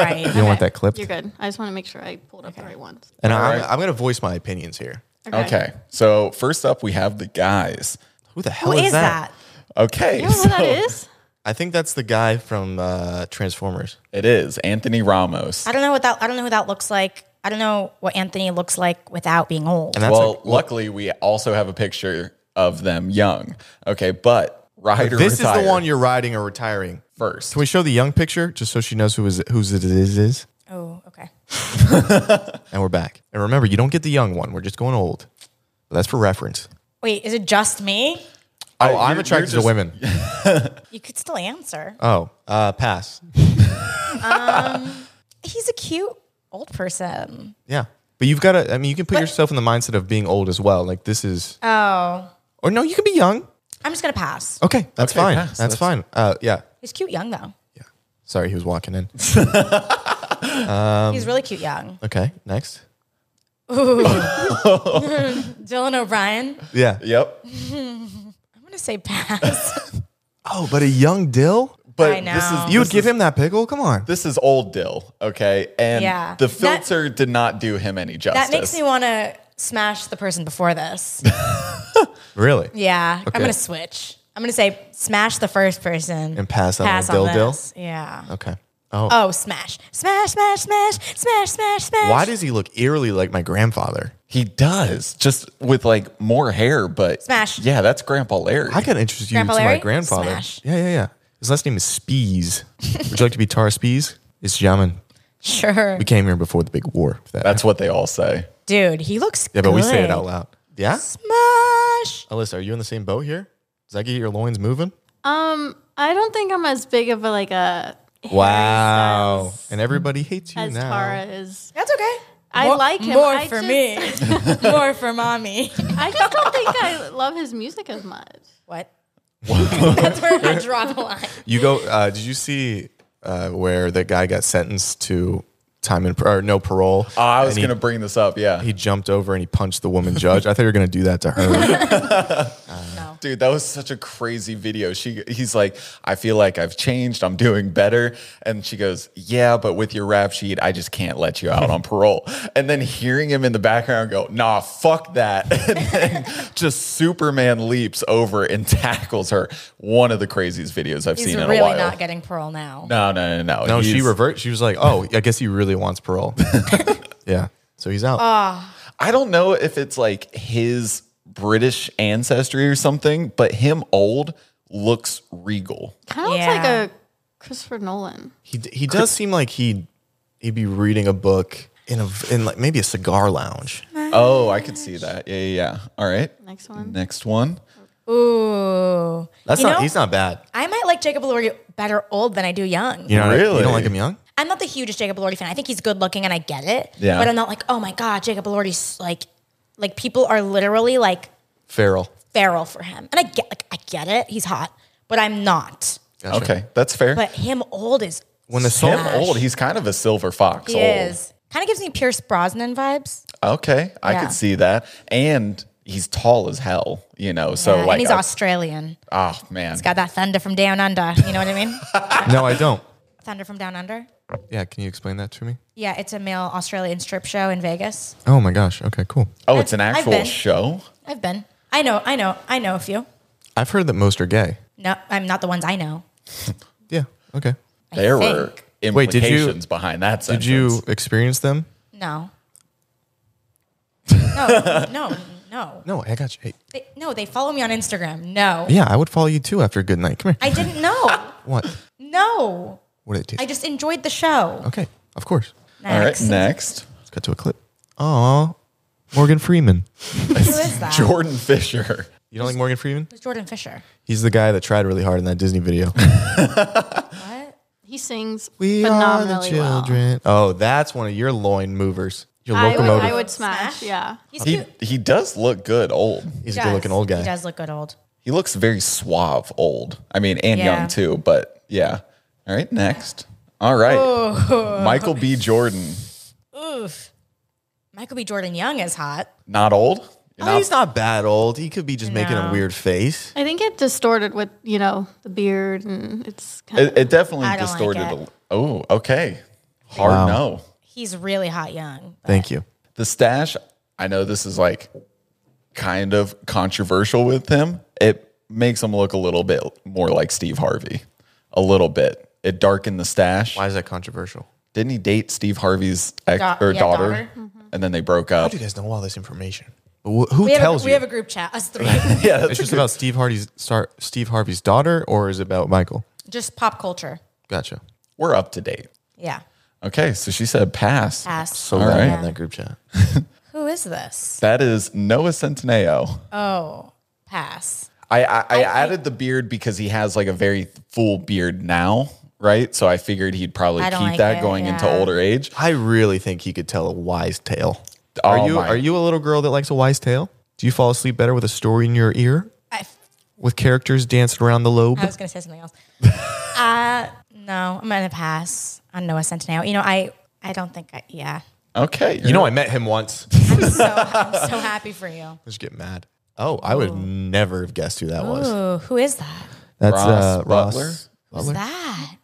[SPEAKER 3] Right. you
[SPEAKER 1] don't want that clipped.
[SPEAKER 4] You're good. I just want to make sure I pulled up the right ones.
[SPEAKER 1] And I,
[SPEAKER 2] Alright.
[SPEAKER 1] I'm going to voice my opinions here.
[SPEAKER 2] okay. So first up, we have the guys.
[SPEAKER 1] Who the hell
[SPEAKER 3] Who is that?
[SPEAKER 2] Okay,
[SPEAKER 4] You know who that
[SPEAKER 2] so
[SPEAKER 4] is?
[SPEAKER 1] I think that's the guy from uh, Transformers.
[SPEAKER 2] it is Anthony Ramos.
[SPEAKER 3] I don't know what that, I don't know who that looks like. I don't know what Anthony looks like without being old.
[SPEAKER 1] And that's
[SPEAKER 2] Well,
[SPEAKER 1] like-
[SPEAKER 2] luckily we also have a picture of them young. Okay, but ride or
[SPEAKER 1] this
[SPEAKER 2] retire
[SPEAKER 1] is the one you're riding or retiring.
[SPEAKER 2] first.
[SPEAKER 1] Can we show the young picture just so she knows who is whose it is is?
[SPEAKER 3] Oh, okay.
[SPEAKER 1] And we're back. And remember, you don't get the young one. We're just going old. But that's for reference.
[SPEAKER 3] Wait, is it just me?
[SPEAKER 1] Oh,
[SPEAKER 2] you're-
[SPEAKER 1] I'm
[SPEAKER 2] you're
[SPEAKER 1] attracted
[SPEAKER 2] just-
[SPEAKER 1] to women.
[SPEAKER 3] You could still answer.
[SPEAKER 1] Oh, uh, pass.
[SPEAKER 3] He's a cute old person.
[SPEAKER 1] Yeah. But you've got to, I mean, you can put yourself in the mindset of being old as well. Like this is,
[SPEAKER 3] Oh,
[SPEAKER 1] or no, you can be young.
[SPEAKER 3] I'm just going to pass.
[SPEAKER 1] Okay, that's
[SPEAKER 2] Okay,
[SPEAKER 1] fine.
[SPEAKER 2] pass.
[SPEAKER 1] That's,
[SPEAKER 2] That's-
[SPEAKER 1] fine. Uh, yeah.
[SPEAKER 3] He's cute young, though.
[SPEAKER 1] Yeah. Sorry, he was walking in. Um,
[SPEAKER 3] He's really cute young.
[SPEAKER 1] Okay, next.
[SPEAKER 3] Dylan O'Brien.
[SPEAKER 1] Yeah.
[SPEAKER 2] Yep.
[SPEAKER 3] I'm going to say pass.
[SPEAKER 1] Oh, but a young Dill?
[SPEAKER 2] But
[SPEAKER 3] I
[SPEAKER 2] this
[SPEAKER 3] know.
[SPEAKER 2] is
[SPEAKER 1] You
[SPEAKER 2] this
[SPEAKER 1] would give
[SPEAKER 2] is-
[SPEAKER 1] him that pickle? Come on.
[SPEAKER 2] This is old dill, okay? And
[SPEAKER 3] Yeah.
[SPEAKER 2] the
[SPEAKER 3] That-
[SPEAKER 2] filter did not do him any justice.
[SPEAKER 3] That makes me want to smash the person before this.
[SPEAKER 1] Really?
[SPEAKER 3] Yeah,
[SPEAKER 1] Okay.
[SPEAKER 3] I'm gonna switch. I'm gonna say smash the first person
[SPEAKER 1] And pass out on Dill Dill?
[SPEAKER 3] this. Yeah.
[SPEAKER 1] Okay. Oh.
[SPEAKER 3] Oh, smash, smash, smash, smash, smash, smash, smash.
[SPEAKER 1] Why does he look eerily like my grandfather?
[SPEAKER 2] he does, just with like more hair, but
[SPEAKER 3] Smash.
[SPEAKER 2] Yeah, that's Grandpa Larry.
[SPEAKER 1] I gotta introduce you
[SPEAKER 3] Grandpa
[SPEAKER 1] to my
[SPEAKER 3] Larry?
[SPEAKER 1] grandfather.
[SPEAKER 3] Smash.
[SPEAKER 1] Yeah, yeah, yeah. His last name is Spees. Would you like to be Tar Spees? It's Yaman.
[SPEAKER 3] sure,
[SPEAKER 1] We came here before the big war. if that
[SPEAKER 2] that's what they all say.
[SPEAKER 3] dude? He looks.
[SPEAKER 1] yeah, but we say it
[SPEAKER 3] good.
[SPEAKER 1] out loud. Yeah.
[SPEAKER 3] Smash.
[SPEAKER 1] Alyssa, are you in the same boat here? Does that get your loins moving?
[SPEAKER 4] Um, I don't think I'm as big of a like a
[SPEAKER 1] Wow. And everybody hates you
[SPEAKER 4] as
[SPEAKER 1] now.
[SPEAKER 4] Tara is.
[SPEAKER 3] That's okay.
[SPEAKER 4] I
[SPEAKER 3] More-
[SPEAKER 4] like him.
[SPEAKER 3] More
[SPEAKER 4] I
[SPEAKER 3] for
[SPEAKER 4] just-
[SPEAKER 3] me. more for mommy.
[SPEAKER 4] I just don't think I love his music as much.
[SPEAKER 3] What? That's where I draw the line.
[SPEAKER 1] You go. Uh, did you see uh, where that guy got sentenced to time in or no parole?
[SPEAKER 2] Oh, I was
[SPEAKER 1] And he-
[SPEAKER 2] gonna bring this up. Yeah,
[SPEAKER 1] He jumped over and he punched the woman judge. I thought you were gonna do that to her.
[SPEAKER 2] dude, that was such a crazy video. She, he's like, I feel like I've changed. I'm doing better. And she goes, Yeah, but with your rap sheet, I just can't let you out on parole. And then hearing him in the background go, Nah, fuck that. And then just Superman leaps over and tackles her. One of the craziest videos I've
[SPEAKER 3] He's
[SPEAKER 2] seen in
[SPEAKER 3] really
[SPEAKER 2] a while.
[SPEAKER 3] not getting parole now.
[SPEAKER 2] no, no, no, no.
[SPEAKER 1] no, she
[SPEAKER 2] He's-
[SPEAKER 1] revert. She was like, "Oh, I guess he really wants parole." yeah, so he's out.
[SPEAKER 3] Uh,
[SPEAKER 2] I don't know if it's like his British ancestry or something, but him old looks regal.
[SPEAKER 4] Kind of looks
[SPEAKER 3] Yeah.
[SPEAKER 4] like a Christopher Nolan.
[SPEAKER 1] he d- he does seem like he he'd be reading a book in a in like maybe a cigar lounge.
[SPEAKER 2] Oh, I could see that. Yeah, yeah, yeah. All right.
[SPEAKER 4] Next one.
[SPEAKER 2] Next one.
[SPEAKER 3] Ooh.
[SPEAKER 1] That's
[SPEAKER 3] You
[SPEAKER 1] not.
[SPEAKER 3] know,
[SPEAKER 1] he's not bad.
[SPEAKER 3] I might like Jacob Elordi better old than I do young.
[SPEAKER 1] You know, you
[SPEAKER 2] Really?
[SPEAKER 1] don't like him young.
[SPEAKER 3] I'm not the hugest Jacob Elordi fan. I think he's good looking and I get it.
[SPEAKER 2] Yeah.
[SPEAKER 3] But I'm not like, oh my God, Jacob Elordi's like, like people are literally like
[SPEAKER 1] Feral.
[SPEAKER 3] feral for him. And I get, like, I get it. He's hot, but I'm not.
[SPEAKER 1] Gotcha.
[SPEAKER 2] Okay, that's fair.
[SPEAKER 3] But him old is,
[SPEAKER 1] When the
[SPEAKER 2] Him
[SPEAKER 1] song
[SPEAKER 2] old, he's kind of a silver fox.
[SPEAKER 3] he
[SPEAKER 2] old.
[SPEAKER 3] is. Kind of gives me Pierce Brosnan vibes.
[SPEAKER 2] Okay, I
[SPEAKER 3] Yeah.
[SPEAKER 2] could see that. And he's tall as hell, you know. So
[SPEAKER 3] Yeah,
[SPEAKER 2] like,
[SPEAKER 3] and he's
[SPEAKER 2] I-
[SPEAKER 3] Australian.
[SPEAKER 2] oh man,
[SPEAKER 3] Got that thunder from down under. You know what I mean?
[SPEAKER 1] No, I don't.
[SPEAKER 3] thunder from down under.
[SPEAKER 1] Yeah, can you explain that to me?
[SPEAKER 3] Yeah, it's a male Australian strip show in Vegas.
[SPEAKER 1] Oh my gosh. Okay, cool.
[SPEAKER 2] oh, it's an
[SPEAKER 3] I've
[SPEAKER 2] actual
[SPEAKER 3] been.
[SPEAKER 2] show.
[SPEAKER 3] I've been. I know, I know, I know a few.
[SPEAKER 1] I've heard that most are gay.
[SPEAKER 3] No, I'm not the ones I know.
[SPEAKER 1] Yeah. Okay.
[SPEAKER 2] There were
[SPEAKER 3] think.
[SPEAKER 1] Wait, did you-
[SPEAKER 2] implications behind that.
[SPEAKER 1] Did
[SPEAKER 2] Sentence.
[SPEAKER 1] you experience them?
[SPEAKER 3] No. No, no, no.
[SPEAKER 1] No, I got you. Hey,
[SPEAKER 3] They, no, they follow me on Instagram. No.
[SPEAKER 1] yeah, I would follow you too after a good night. Come here.
[SPEAKER 3] I didn't know.
[SPEAKER 1] what?
[SPEAKER 3] No.
[SPEAKER 1] What did it do?
[SPEAKER 3] I just enjoyed the show.
[SPEAKER 1] okay, of course.
[SPEAKER 2] All right, next.
[SPEAKER 1] Let's cut to a clip. Aw, Morgan Freeman.
[SPEAKER 3] Who is that?
[SPEAKER 2] Jordan Fisher.
[SPEAKER 1] You don't like Morgan Freeman?
[SPEAKER 3] Who's Jordan Fisher?
[SPEAKER 1] He's the guy that tried really hard in that Disney video.
[SPEAKER 3] What?
[SPEAKER 4] He sings
[SPEAKER 1] we are the
[SPEAKER 4] phenomenally well.
[SPEAKER 1] children. Oh, that's one of your loin movers. Your
[SPEAKER 4] I would,
[SPEAKER 1] locomotive.
[SPEAKER 4] I would smash. Yeah.
[SPEAKER 3] He's
[SPEAKER 2] He
[SPEAKER 3] cute.
[SPEAKER 2] he does look good old.
[SPEAKER 1] He's
[SPEAKER 3] He
[SPEAKER 1] a good looking
[SPEAKER 3] does.
[SPEAKER 1] old guy.
[SPEAKER 3] He does look good old.
[SPEAKER 2] He looks very suave old. I mean, and
[SPEAKER 3] Yeah.
[SPEAKER 2] young too, but yeah. All right, next. All right.
[SPEAKER 3] Oh.
[SPEAKER 2] Michael B. Jordan.
[SPEAKER 3] Oof. Michael B. Jordan Young is hot.
[SPEAKER 2] Not old? You're
[SPEAKER 1] Oh, he's not bad old. He could be just making a
[SPEAKER 3] No.
[SPEAKER 1] weird face.
[SPEAKER 4] I think it distorted with, you know, the beard and it's kind
[SPEAKER 2] It, it definitely
[SPEAKER 3] I don't like
[SPEAKER 2] distorted.
[SPEAKER 3] it.
[SPEAKER 2] a l- oh, okay. Hard
[SPEAKER 1] Wow.
[SPEAKER 2] no.
[SPEAKER 3] He's really hot young.
[SPEAKER 1] Thank you.
[SPEAKER 2] The stash, I know this is like kind of controversial with him. It makes him look a little bit more like Steve Harvey. A little bit. It darkened the stash.
[SPEAKER 1] Why is that controversial?
[SPEAKER 2] Didn't he date Steve Harvey's ex,
[SPEAKER 3] Da-
[SPEAKER 2] or
[SPEAKER 3] yeah,
[SPEAKER 2] daughter?
[SPEAKER 3] daughter. Mm-hmm.
[SPEAKER 2] And then they broke up.
[SPEAKER 1] How do you guys know all this information? Wh- Who
[SPEAKER 3] We have,
[SPEAKER 1] tells
[SPEAKER 3] a,
[SPEAKER 1] you?
[SPEAKER 3] we have a group chat, us three.
[SPEAKER 2] Yeah, that's
[SPEAKER 1] it's just about Steve Hardy's star, Steve Harvey's daughter, or is it about Michael?
[SPEAKER 3] Just pop culture.
[SPEAKER 1] Gotcha.
[SPEAKER 2] we're up to date.
[SPEAKER 3] Yeah.
[SPEAKER 2] Okay, so she said pass.
[SPEAKER 3] Ass.
[SPEAKER 1] So glad
[SPEAKER 2] right.
[SPEAKER 1] I'm in that group chat.
[SPEAKER 3] Who is this?
[SPEAKER 2] That is Noah Centineo.
[SPEAKER 3] Oh, pass.
[SPEAKER 2] I, I, I added the beard because he has like a very full beard now, right? So I figured he'd probably
[SPEAKER 3] I
[SPEAKER 2] keep
[SPEAKER 3] don't like
[SPEAKER 2] that
[SPEAKER 3] it,
[SPEAKER 2] going into
[SPEAKER 3] yeah.
[SPEAKER 2] older age.
[SPEAKER 1] I really think he could tell a wise tale.
[SPEAKER 2] Oh
[SPEAKER 1] are you
[SPEAKER 2] my-
[SPEAKER 1] are you a little girl that likes a wise tale? Do you fall asleep better with a story in your ear
[SPEAKER 3] I,
[SPEAKER 1] with characters dancing around the lobe?
[SPEAKER 3] I was going to say something else. uh, no, I'm going to pass on Noah Centineo. You know, I, I don't think I, yeah.
[SPEAKER 2] Okay,
[SPEAKER 1] you know, I met him once.
[SPEAKER 3] I'm so, I'm so happy for you.
[SPEAKER 1] Just get mad.
[SPEAKER 3] Oh.
[SPEAKER 1] Oh, I would never have guessed who that was.
[SPEAKER 3] Ooh, who is that?
[SPEAKER 1] That's
[SPEAKER 2] Ross
[SPEAKER 1] uh, Ross
[SPEAKER 2] Butler?
[SPEAKER 3] Who's that?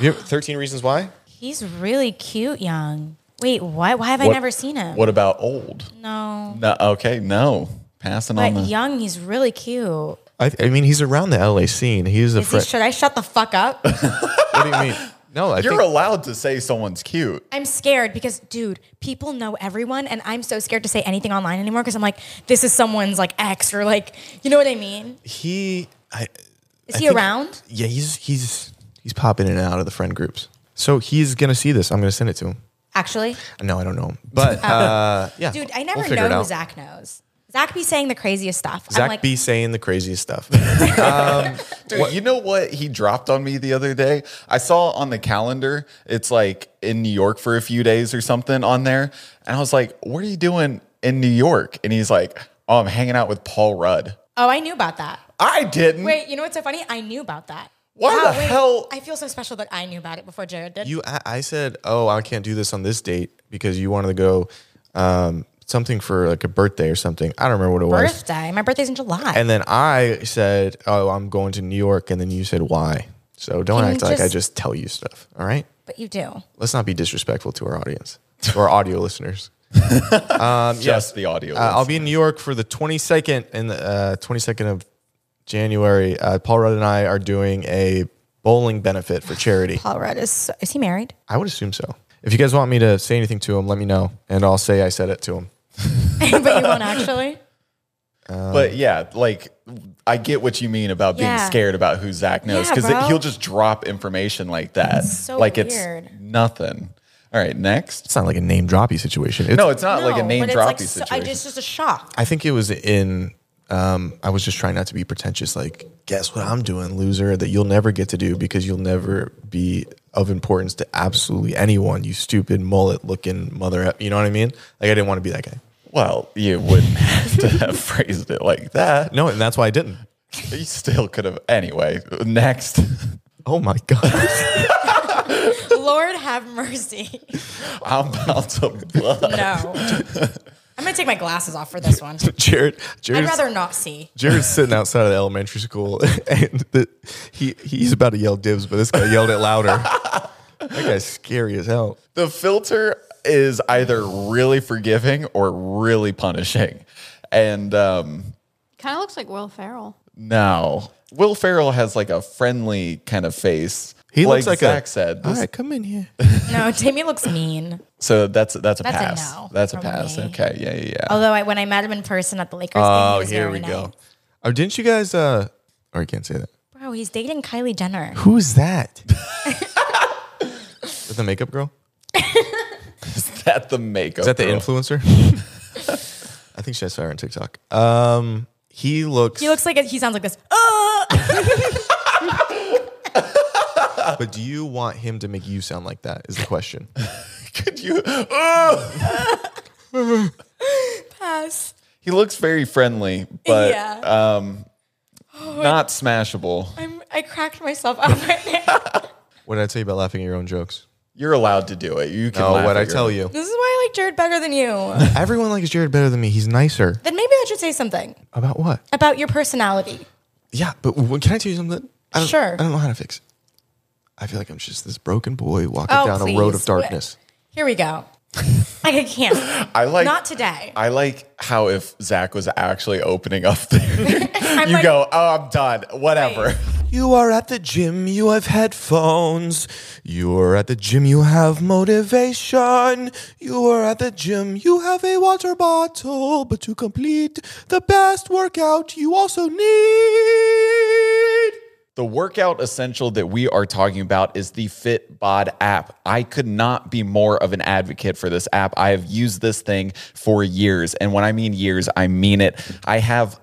[SPEAKER 1] You- 13 Reasons Why?
[SPEAKER 3] He's really cute, young. Wait, what? Why have I
[SPEAKER 2] What-
[SPEAKER 3] never seen him?
[SPEAKER 2] What about old?
[SPEAKER 3] No.
[SPEAKER 2] No, okay, no. Passing
[SPEAKER 3] But
[SPEAKER 2] on the
[SPEAKER 3] young, he's really cute.
[SPEAKER 1] I, I mean, he's around the LA scene. He's a
[SPEAKER 3] Is he,
[SPEAKER 1] friend.
[SPEAKER 3] should I shut the fuck up?
[SPEAKER 1] what do you mean? No, I
[SPEAKER 2] You're
[SPEAKER 1] think
[SPEAKER 2] allowed to say someone's cute.
[SPEAKER 3] I'm scared because, dude, people know everyone, and I'm so scared to say anything online anymore because I'm like, this is someone's like ex or like, you know what I mean?
[SPEAKER 1] he. I,
[SPEAKER 3] Is
[SPEAKER 1] I
[SPEAKER 3] he
[SPEAKER 1] think-
[SPEAKER 3] around?
[SPEAKER 1] Yeah, he's he's he's popping in and out of the friend groups. So he's gonna see this. I'm gonna send it to him.
[SPEAKER 3] Actually,
[SPEAKER 1] No, I don't know him, but uh, yeah,
[SPEAKER 3] Oh. dude, I
[SPEAKER 1] we'll
[SPEAKER 3] never
[SPEAKER 1] figure it
[SPEAKER 3] know who
[SPEAKER 1] out.
[SPEAKER 3] Zach knows. Zach be saying the craziest stuff. I'm
[SPEAKER 1] Zach
[SPEAKER 3] like,
[SPEAKER 1] be saying the craziest stuff.
[SPEAKER 2] Dude, you know what he dropped on me the other day? I saw on the calendar, it's like in New York for a few days or something on there. And I was like, what are you doing in New York? And he's like, oh, I'm hanging out with Paul Rudd.
[SPEAKER 3] oh, I knew about that.
[SPEAKER 2] I didn't.
[SPEAKER 3] Wait, you know what's so funny? I knew about that.
[SPEAKER 2] Why the hell-
[SPEAKER 3] I feel so special that I knew about it before Jared did.
[SPEAKER 1] you, I, I said, oh, I can't do this on this date because you wanted to go um, something for like a birthday or something. I don't remember what it was.
[SPEAKER 3] birthday. My birthday's in July.
[SPEAKER 1] And then I said, oh, I'm going to New York, and then you said why. So don't
[SPEAKER 3] Can you
[SPEAKER 1] act like I
[SPEAKER 3] just-
[SPEAKER 1] just tell you stuff. All right,
[SPEAKER 3] but you do.
[SPEAKER 1] let's not be disrespectful to our audience, to our audio listeners.
[SPEAKER 2] Just the audio.
[SPEAKER 1] Uh, I'll be in New York for the 22nd and the uh, 22nd of January. Uh, Paul Rudd and I are doing a bowling benefit for charity.
[SPEAKER 3] Paul Rudd is so, is he married?
[SPEAKER 1] I would assume so. If you guys want me to say anything to him, let me know, and I'll say I said it to him.
[SPEAKER 3] but you won't actually.
[SPEAKER 2] but yeah, like I get what you mean about being
[SPEAKER 3] Yeah.
[SPEAKER 2] scared about who Zach knows
[SPEAKER 3] Yeah,
[SPEAKER 2] because
[SPEAKER 3] bro.
[SPEAKER 2] he'll just drop information like that.
[SPEAKER 3] so
[SPEAKER 2] like
[SPEAKER 3] weird.
[SPEAKER 2] it's nothing. All right, next.
[SPEAKER 1] It's not like a name droppy situation. It's,
[SPEAKER 2] No, it's not like a
[SPEAKER 3] No,
[SPEAKER 2] name
[SPEAKER 3] but it's
[SPEAKER 2] droppy
[SPEAKER 3] like so- I
[SPEAKER 2] situation.
[SPEAKER 3] just just a shock.
[SPEAKER 1] I think it was in. Um, I was just trying not to be pretentious. Like, guess what I'm doing, loser? That you'll never get to do because you'll never be of importance to absolutely anyone. You stupid mullet-looking mother. e-" You know what I mean? Like, I didn't want to be that guy.
[SPEAKER 2] well, you wouldn't have to have phrased it like that.
[SPEAKER 1] No, and that's why I didn't.
[SPEAKER 2] You still could have. Anyway, next.
[SPEAKER 1] Oh my god.
[SPEAKER 3] Lord have mercy.
[SPEAKER 2] I'm about to. blow.
[SPEAKER 3] No. I'm gonna take my glasses off for this one.
[SPEAKER 1] Jared,
[SPEAKER 3] I'd
[SPEAKER 1] Jared's,
[SPEAKER 3] rather not see.
[SPEAKER 1] Jared's sitting outside of the elementary school, and the, he he's about to yell dibs, but this guy yelled it louder. that guy's scary as hell.
[SPEAKER 2] The filter is either really forgiving or really punishing. And um,
[SPEAKER 4] Kind of looks like Will Ferrell.
[SPEAKER 2] No. Will Ferrell has like a friendly kind of face.
[SPEAKER 1] He looks like
[SPEAKER 2] Zach
[SPEAKER 1] a,
[SPEAKER 2] said.
[SPEAKER 1] All
[SPEAKER 2] This-
[SPEAKER 1] right, come in here.
[SPEAKER 3] No, Jamie looks mean.
[SPEAKER 2] So that's that's a
[SPEAKER 3] That's a
[SPEAKER 2] pass.
[SPEAKER 3] no
[SPEAKER 2] that's a
[SPEAKER 3] for
[SPEAKER 2] pass.
[SPEAKER 3] me. Oh.
[SPEAKER 2] Okay. Yeah. Yeah. yeah.
[SPEAKER 3] Although I, when I met him in person at the Lakers game, he
[SPEAKER 1] Oh,
[SPEAKER 3] was
[SPEAKER 1] here
[SPEAKER 3] very
[SPEAKER 1] we
[SPEAKER 3] nice.
[SPEAKER 1] go. Oh, didn't you guys? Uh, or I can't say that.
[SPEAKER 3] Bro, he's dating Kylie Jenner.
[SPEAKER 1] Who's that? Is that the makeup girl?
[SPEAKER 2] Is that the makeup?
[SPEAKER 1] Is that the
[SPEAKER 2] girl?
[SPEAKER 1] influencer? I think she saw her on TikTok. Um, he looks.
[SPEAKER 3] He looks like he sounds like this. Oh!
[SPEAKER 1] but do you want him to make you sound like that? Is the question.
[SPEAKER 2] Could you? oh! Ugh!
[SPEAKER 3] Pass.
[SPEAKER 2] he looks very friendly, but
[SPEAKER 3] yeah.
[SPEAKER 2] not smashable.
[SPEAKER 3] I'm, I cracked myself up right now.
[SPEAKER 1] What did I tell you about laughing at your own jokes?
[SPEAKER 2] You're allowed to do it. You can.
[SPEAKER 1] Oh,
[SPEAKER 2] laugh
[SPEAKER 1] what
[SPEAKER 2] at
[SPEAKER 1] I
[SPEAKER 2] your-
[SPEAKER 1] tell you.
[SPEAKER 3] this is why I like Jared better than you.
[SPEAKER 1] Everyone likes Jared better than me. He's nicer.
[SPEAKER 3] then maybe I should say something
[SPEAKER 1] About what?
[SPEAKER 3] about your personality.
[SPEAKER 1] Yeah, but what, can I tell you something? I don't,
[SPEAKER 3] Sure.
[SPEAKER 1] I don't know how to fix it. I feel like I'm just this broken boy walking
[SPEAKER 3] Oh,
[SPEAKER 1] down a road
[SPEAKER 3] please.
[SPEAKER 1] of darkness.
[SPEAKER 3] Here we go. Like I can't.
[SPEAKER 2] I like.
[SPEAKER 3] Not today.
[SPEAKER 2] I like how if Zach was actually opening up there, you
[SPEAKER 3] like-
[SPEAKER 2] go, oh, I'm done. Whatever.
[SPEAKER 1] You are at the gym, you have headphones. You are at the gym, you have motivation. You are at the gym, you have a water bottle. But to complete the best workout, you also need.
[SPEAKER 2] The workout essential that we are talking about is the Fitbod app. I could not be more of an advocate for this app. I have used this thing for years. And when I mean years, I mean it. I have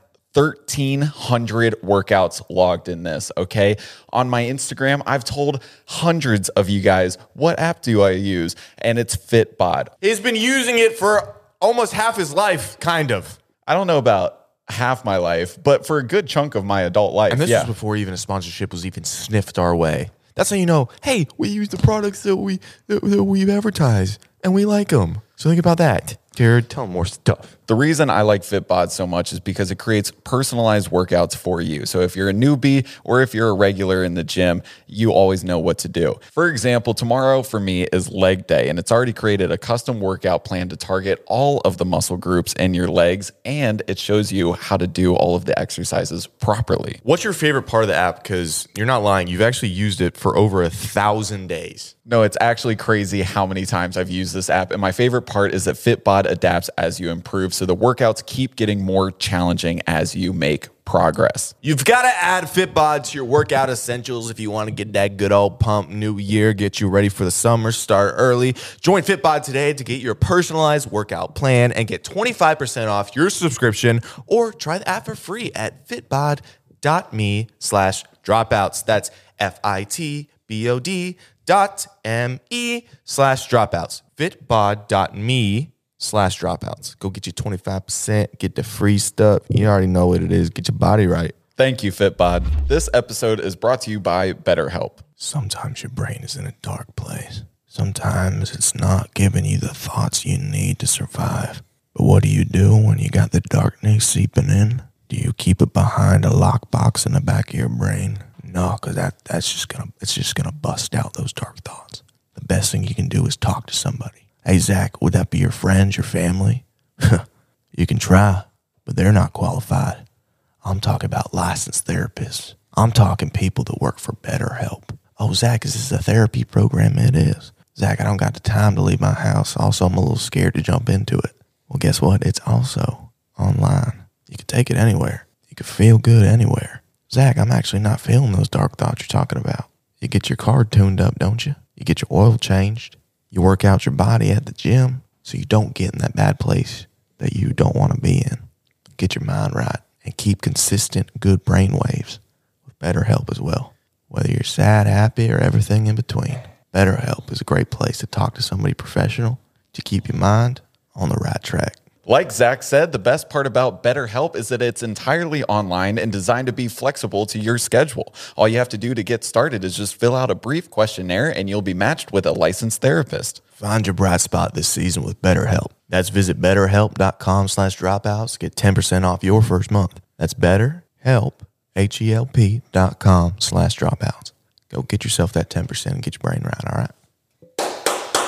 [SPEAKER 2] 1,300 workouts logged in this, okay? On my Instagram, I've told hundreds of you guys, what app do I use? And it's Fitbod.
[SPEAKER 5] He's been using it for almost half his life, kind of.
[SPEAKER 2] I don't know about half my life, but for a good chunk of my adult life.
[SPEAKER 1] And this
[SPEAKER 2] yeah.
[SPEAKER 1] was before even a sponsorship was even sniffed our way. That's how you know, hey, we use the products that we that, that we advertise and we like them. So think about that. Jared, tell him more stuff.
[SPEAKER 2] The reason I like Fitbod so much is because it creates personalized workouts for you. So if you're a newbie or if you're a regular in the gym, you always know what to do. For example, tomorrow for me is leg day, and it's already created a custom workout plan to target all of the muscle groups in your legs, and it shows you how to do all of the exercises properly.
[SPEAKER 1] What's your favorite part of the app? Because you're not lying. You've actually used it for over a thousand days.
[SPEAKER 2] No, it's actually crazy how many times I've used this app. And my favorite part is that Fitbod adapts as you improve. So the workouts keep getting more challenging as you make progress.
[SPEAKER 5] You've got to add Fitbod to your workout essentials if you want to get that good old pump new year, get you ready for the summer, start early. Join Fitbod today to get your personalized workout plan and get 25% off your subscription or try the app for free at fitbod.me slash dropouts. That's F-I-T-B-O-D dot M-E slash dropouts. Fitbod.me slash dropouts. Go get your 25%, get the free stuff. You already know what it is. Get your body right.
[SPEAKER 2] Thank you, Fitbod. This episode is brought to you by BetterHelp.
[SPEAKER 1] Sometimes your brain is in a dark place. Sometimes it's not giving you the thoughts you need to survive. But what do you do when you got the darkness seeping in? Do you keep it behind a lockbox in the back of your brain? No, because that, that's just gonna it's just gonna bust out those dark thoughts. The best thing you can do is talk to somebody. Hey Zach, would that be your friends, your family? you can try, but they're not qualified. I'm talking about licensed therapists. I'm talking people that work for BetterHelp. Oh, Zach, is this a therapy program? It is. Zach, I don't got the time to leave my house. Also, I'm a little scared to jump into it. Well, guess what? It's also online. You can take it anywhere. You can feel good anywhere. Zach, I'm actually not feeling those dark thoughts you're talking about. You get your car tuned up, don't you? You get your oil changed. You work out your body at the gym so you don't get in that bad place that you don't want to be in get your mind right and keep consistent good brain waves with BetterHelp as well. Whether you're sad, happy, or everything in between, BetterHelp is a great place to talk to somebody professional to keep your mind on the right track.
[SPEAKER 2] Like Zach said, the best part about BetterHelp is that it's entirely online and designed to be flexible to your schedule. All you have to do to get started is just fill out a brief questionnaire and you'll be matched with a licensed therapist.
[SPEAKER 1] Find your bright spot this season with BetterHelp. That's visit betterhelp.com slash dropouts to get 10% off your first month. That's betterhelp, H-E-L-P dot com slash dropouts. Go get yourself that 10% and get your brain right, all right?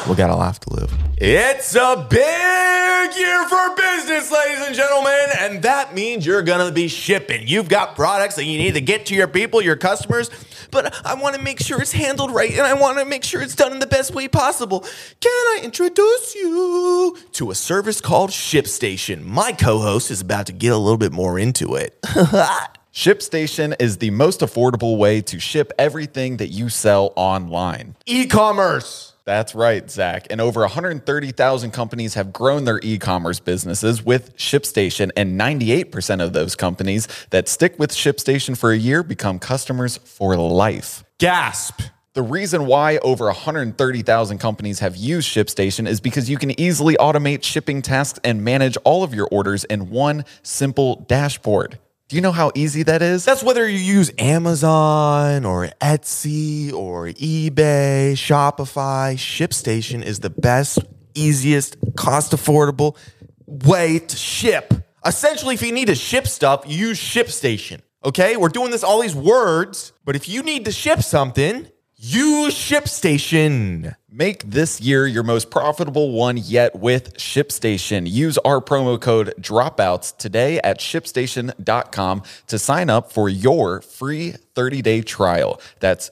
[SPEAKER 1] We got a life to live.
[SPEAKER 5] It's a big year for business, ladies and gentlemen, and that means you're gonna be shipping. You've got products that you need to get to your people, your customers, but I wanna make sure it's handled right and I wanna make sure it's done in the best way possible. Can I introduce you to a service called ShipStation? My co host is about to get a little bit more into it.
[SPEAKER 2] ShipStation is the most affordable way to ship everything that you sell online.
[SPEAKER 5] e commerce.
[SPEAKER 2] That's right, Zach. And over 130,000 companies have grown their e commerce businesses with ShipStation, and 98% of those companies that stick with ShipStation for a year become customers for life.
[SPEAKER 5] Gasp.
[SPEAKER 2] The reason why over 130,000 companies have used ShipStation is because you can easily automate shipping tasks and manage all of your orders in one simple dashboard. Do you know how easy that is?
[SPEAKER 5] That's whether you use Amazon or Etsy or eBay, Shopify, ShipStation is the best, easiest, cost affordable way to ship. Essentially, if you need to ship stuff, you use ShipStation. Okay? We're doing this all these words, but if you need to ship something, use ShipStation.
[SPEAKER 2] Make this year your most profitable one yet with ShipStation. Use our promo code DROPOUTS today at shipstation.com to sign up for your free 30-day trial. That's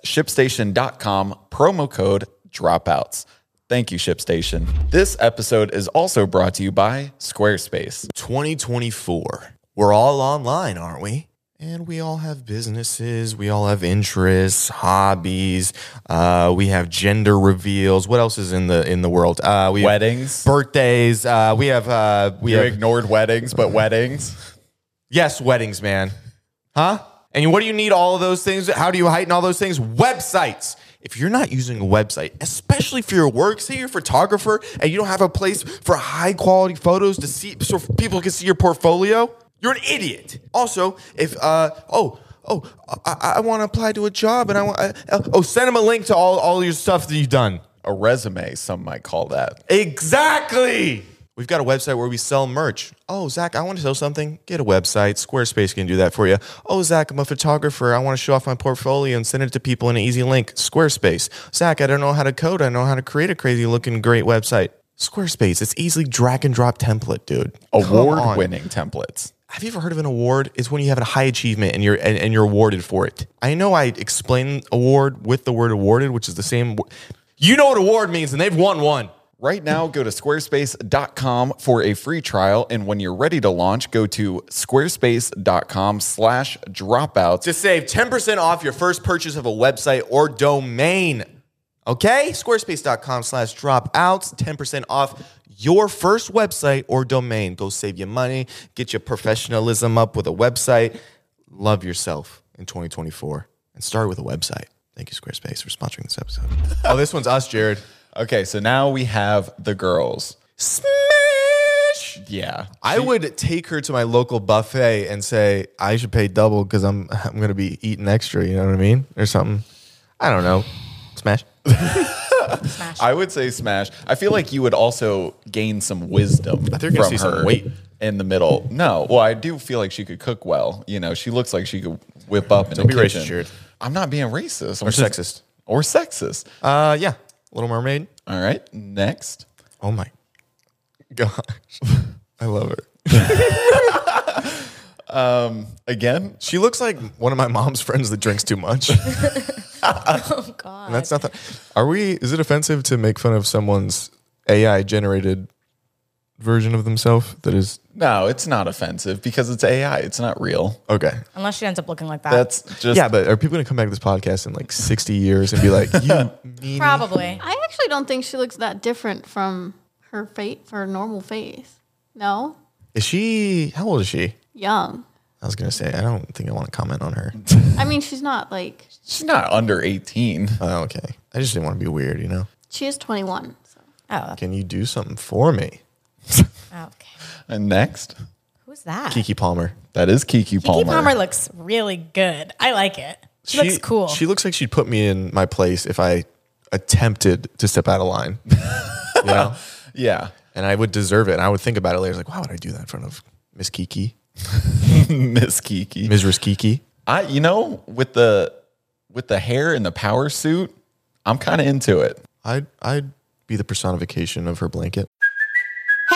[SPEAKER 2] shipstation.com promo code DROPOUTS. Thank you ShipStation. This episode is also brought to you by Squarespace.
[SPEAKER 1] 2024.
[SPEAKER 5] We're all online, aren't we?
[SPEAKER 1] And we all have businesses, we all have interests, hobbies. Uh, we have gender reveals. What else is in the in the world? Uh, we have
[SPEAKER 2] Weddings.
[SPEAKER 1] birthdays. Uh, we have uh, we
[SPEAKER 2] You
[SPEAKER 1] have
[SPEAKER 2] ignored weddings, but weddings.
[SPEAKER 1] yes, weddings, man.
[SPEAKER 5] Huh? And what do you need all of those things? How do you heighten all those things? Websites. If you're not using a website, especially for your work, say you're a photographer and you don't have a place for high quality photos to see so people can see your portfolio, you're an idiot. Also, if uh oh oh I, I want to apply to a job and I want uh, oh send them a link to all all your stuff that you've done.
[SPEAKER 2] a resume, some might call that.
[SPEAKER 5] Exactly. We've got a website where we sell merch. Oh, Zach, I want to sell something. Get a website. Squarespace can do that for you. Oh, Zach, I'm a photographer. I want to show off my portfolio and send it to people in an easy link. Squarespace. Zach, I don't know how to code. I know how to create a crazy looking great website. Squarespace. It's easily drag and drop template, dude. Come on.
[SPEAKER 2] Award winning templates.
[SPEAKER 5] Have you ever heard of an award? It's when you have a high achievement and you're and, and you're awarded for it. I know I explain award with the word awarded, which is the same. wo- You know what award means, and they've won one.
[SPEAKER 2] Right now, go to squarespace.com for a free trial. And when you're ready to launch, go to squarespace.com slash dropouts.
[SPEAKER 5] to save 10% off your first purchase of a website or domain. Okay? Squarespace.com slash dropouts, 10% off your first website or domain. Go save your money, get your professionalism up with a website. Love yourself in 2024 and start with a website. Thank you, Squarespace, for sponsoring this episode. oh, this one's us, Jared.
[SPEAKER 2] okay, so now we have the girls.
[SPEAKER 5] Smash!
[SPEAKER 2] Yeah.
[SPEAKER 1] I would take her to my local buffet and say I should pay double because I'm I'm gonna be eating extra. You know what I mean, or something. I don't know.
[SPEAKER 5] Smash.
[SPEAKER 2] I would say smash. I feel like you would also gain some wisdom I
[SPEAKER 1] think you're gonna see some weight.
[SPEAKER 2] in the middle. No, well, I do feel like she could cook well. You know, she looks like she could whip up. Don't
[SPEAKER 1] be racist, Jared.
[SPEAKER 2] I'm not being racist
[SPEAKER 5] Or
[SPEAKER 2] I'm just-
[SPEAKER 5] sexist.
[SPEAKER 2] Or sexist.
[SPEAKER 5] Uh, yeah. Little Mermaid.
[SPEAKER 2] All right, next.
[SPEAKER 5] Oh my gosh. I love her.
[SPEAKER 2] Again,
[SPEAKER 5] She looks like one of my mom's friends that drinks too much. and
[SPEAKER 3] Oh God.
[SPEAKER 5] that's not that.
[SPEAKER 1] Are we? Is it offensive to make fun of someone's AI generated version of themselves? That is
[SPEAKER 2] no, it's not offensive because it's AI. It's not real.
[SPEAKER 1] okay.
[SPEAKER 3] Unless she ends up looking like that.
[SPEAKER 2] That's just
[SPEAKER 1] Yeah, but are people gonna come back to this podcast in like sixty years and be like, you
[SPEAKER 3] Probably.
[SPEAKER 4] I actually don't think she looks that different from her fate, her normal face. No,
[SPEAKER 1] is she? How old is she?
[SPEAKER 4] young.
[SPEAKER 1] I was gonna say I don't think I want to comment on her.
[SPEAKER 4] I mean, she's not like
[SPEAKER 2] she's not under 18.
[SPEAKER 1] Oh, okay, I just didn't want to be weird. You know,
[SPEAKER 4] she is 21. So.
[SPEAKER 3] Oh,
[SPEAKER 1] can you do something for me,
[SPEAKER 3] okay.
[SPEAKER 2] And next,
[SPEAKER 3] Who's that?
[SPEAKER 1] Kiki Palmer?
[SPEAKER 2] that is Kiki Palmer.
[SPEAKER 3] Kiki Palmer looks really good. I like it. She, looks cool.
[SPEAKER 1] She looks like she'd put me in my place if I attempted to step out of line. you know?
[SPEAKER 2] yeah.
[SPEAKER 1] And I would deserve it. And I would think about it later. Like, why would I do that in front of Miss Kiki?
[SPEAKER 2] Miss Kiki.
[SPEAKER 1] Mrs. Kiki?
[SPEAKER 2] I you know, with the with the hair and the power suit, I'm kind of into it.
[SPEAKER 1] I'd I'd be the personification of her blanket.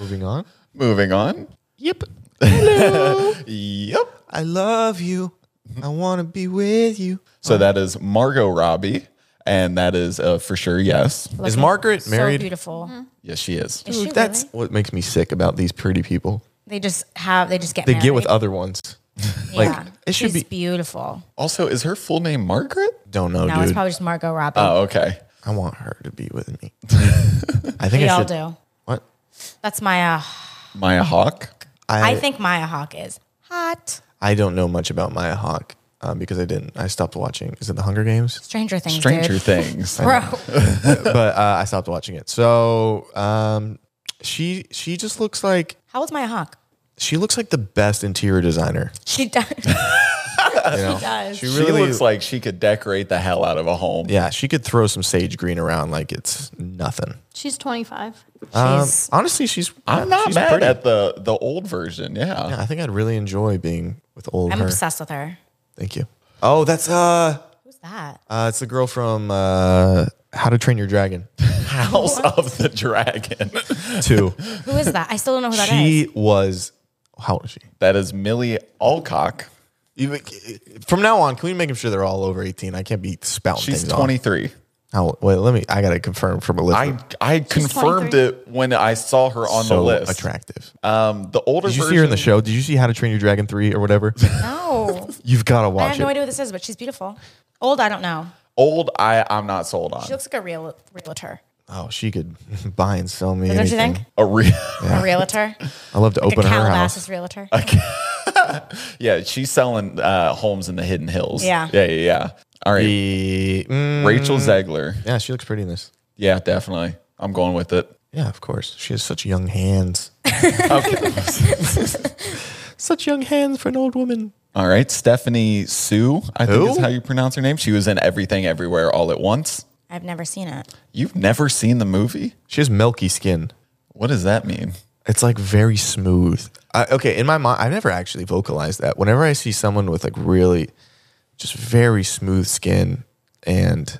[SPEAKER 1] Moving on.
[SPEAKER 2] Moving on.
[SPEAKER 1] Yep.
[SPEAKER 2] Yep.
[SPEAKER 1] I love you. I want to be with you.
[SPEAKER 2] So that is Margot Robbie and that is uh, for sure yes.
[SPEAKER 1] Is Margaret
[SPEAKER 3] So
[SPEAKER 1] married?
[SPEAKER 3] beautiful.
[SPEAKER 2] Yes, she is.
[SPEAKER 3] Is she
[SPEAKER 1] That's
[SPEAKER 3] really?
[SPEAKER 1] what makes me sick about these pretty people.
[SPEAKER 3] They just have. They just get.
[SPEAKER 1] They get with
[SPEAKER 3] married.
[SPEAKER 1] other ones.
[SPEAKER 3] Yeah.
[SPEAKER 1] it should
[SPEAKER 3] She's
[SPEAKER 1] be-
[SPEAKER 3] beautiful.
[SPEAKER 2] Also, is her full name Margaret?
[SPEAKER 1] Don't know,
[SPEAKER 3] No, it's
[SPEAKER 1] dude.
[SPEAKER 3] probably just Margot Robbie.
[SPEAKER 2] Oh, okay.
[SPEAKER 1] I want her to be with me. I think
[SPEAKER 3] we
[SPEAKER 1] I
[SPEAKER 3] all
[SPEAKER 1] should.
[SPEAKER 3] do.
[SPEAKER 1] What?
[SPEAKER 3] That's Maya.
[SPEAKER 2] Maya Hawk.
[SPEAKER 3] I, think Maya Hawk is hot.
[SPEAKER 1] I don't know much about Maya Hawk um, because I didn't. I stopped watching. Is it The Hunger Games?
[SPEAKER 3] Stranger Things.
[SPEAKER 2] Stranger
[SPEAKER 3] dude.
[SPEAKER 2] Things.
[SPEAKER 3] Bro,
[SPEAKER 1] but uh, I stopped watching it. So um, she she just looks like
[SPEAKER 3] how old's Maya Hawk?
[SPEAKER 1] she looks like the best interior designer.
[SPEAKER 3] She does.
[SPEAKER 1] You know?
[SPEAKER 3] does.
[SPEAKER 1] She
[SPEAKER 2] She
[SPEAKER 1] really
[SPEAKER 2] looks like she could decorate the hell out of a home.
[SPEAKER 1] yeah. She could throw some sage green around like it's nothing.
[SPEAKER 4] She's 25.
[SPEAKER 1] Um,
[SPEAKER 3] She's-
[SPEAKER 1] honestly, she's
[SPEAKER 2] I'm not
[SPEAKER 1] she's
[SPEAKER 2] mad
[SPEAKER 1] pretty.
[SPEAKER 2] at the the old version. Yeah.
[SPEAKER 1] I think I'd really enjoy being with old
[SPEAKER 3] I'm
[SPEAKER 1] her.
[SPEAKER 3] obsessed with her.
[SPEAKER 1] Thank you. Oh, that's uh,
[SPEAKER 3] Who's that?
[SPEAKER 1] uh, it's the girl from uh, How to Train Your Dragon
[SPEAKER 2] House of the Dragon.
[SPEAKER 1] two.
[SPEAKER 3] Who is that? I still don't know who that is.
[SPEAKER 1] she was how old is she?
[SPEAKER 2] that is Millie Alcock.
[SPEAKER 1] You- from now on, can we make sure they're all over 18? I can't be spouting
[SPEAKER 2] She's
[SPEAKER 1] things
[SPEAKER 2] 23.
[SPEAKER 1] off. Oh, wait, let me. I gotta confirm from a list.
[SPEAKER 2] I I confirmed
[SPEAKER 4] 23.
[SPEAKER 2] it when I saw her on
[SPEAKER 1] so
[SPEAKER 2] the list.
[SPEAKER 1] attractive.
[SPEAKER 2] Um, the older
[SPEAKER 1] Did you
[SPEAKER 2] version,
[SPEAKER 1] see her in the show? Did you see How to Train Your Dragon three or whatever?
[SPEAKER 3] No.
[SPEAKER 1] You've got to
[SPEAKER 3] Oh, I
[SPEAKER 1] watch
[SPEAKER 3] have
[SPEAKER 1] it.
[SPEAKER 3] no idea who this is, but she's beautiful. Old, I don't know.
[SPEAKER 2] Old, I I'm not sold on.
[SPEAKER 3] She looks like a real realtor.
[SPEAKER 1] Oh, she could buy and sell me.
[SPEAKER 3] Don't you
[SPEAKER 1] anything.
[SPEAKER 3] think?
[SPEAKER 2] A real,
[SPEAKER 3] A realtor.
[SPEAKER 1] I love to
[SPEAKER 3] Like a
[SPEAKER 1] open her house.
[SPEAKER 3] Calabasas realtor.
[SPEAKER 2] yeah, she's selling uh, homes in the hidden hills.
[SPEAKER 3] Yeah.
[SPEAKER 2] yeah, yeah. yeah. All right,
[SPEAKER 1] The- mm,
[SPEAKER 2] Rachel Zegler.
[SPEAKER 1] yeah, she looks pretty in this.
[SPEAKER 2] Yeah, definitely. I'm going with it.
[SPEAKER 1] Yeah, of course. She has such young hands.
[SPEAKER 2] Okay.
[SPEAKER 1] Such young hands for an old woman.
[SPEAKER 2] All right, Stephanie Sue, I think is
[SPEAKER 1] Who?
[SPEAKER 2] how you pronounce her name. She was in Everything Everywhere All at Once.
[SPEAKER 3] I've never seen it.
[SPEAKER 2] You've never seen the movie?
[SPEAKER 1] She has milky skin.
[SPEAKER 2] What does that mean?
[SPEAKER 1] It's like very smooth. I, okay, in my mind, I've never actually vocalized that. Whenever I see someone with like really, just very smooth skin and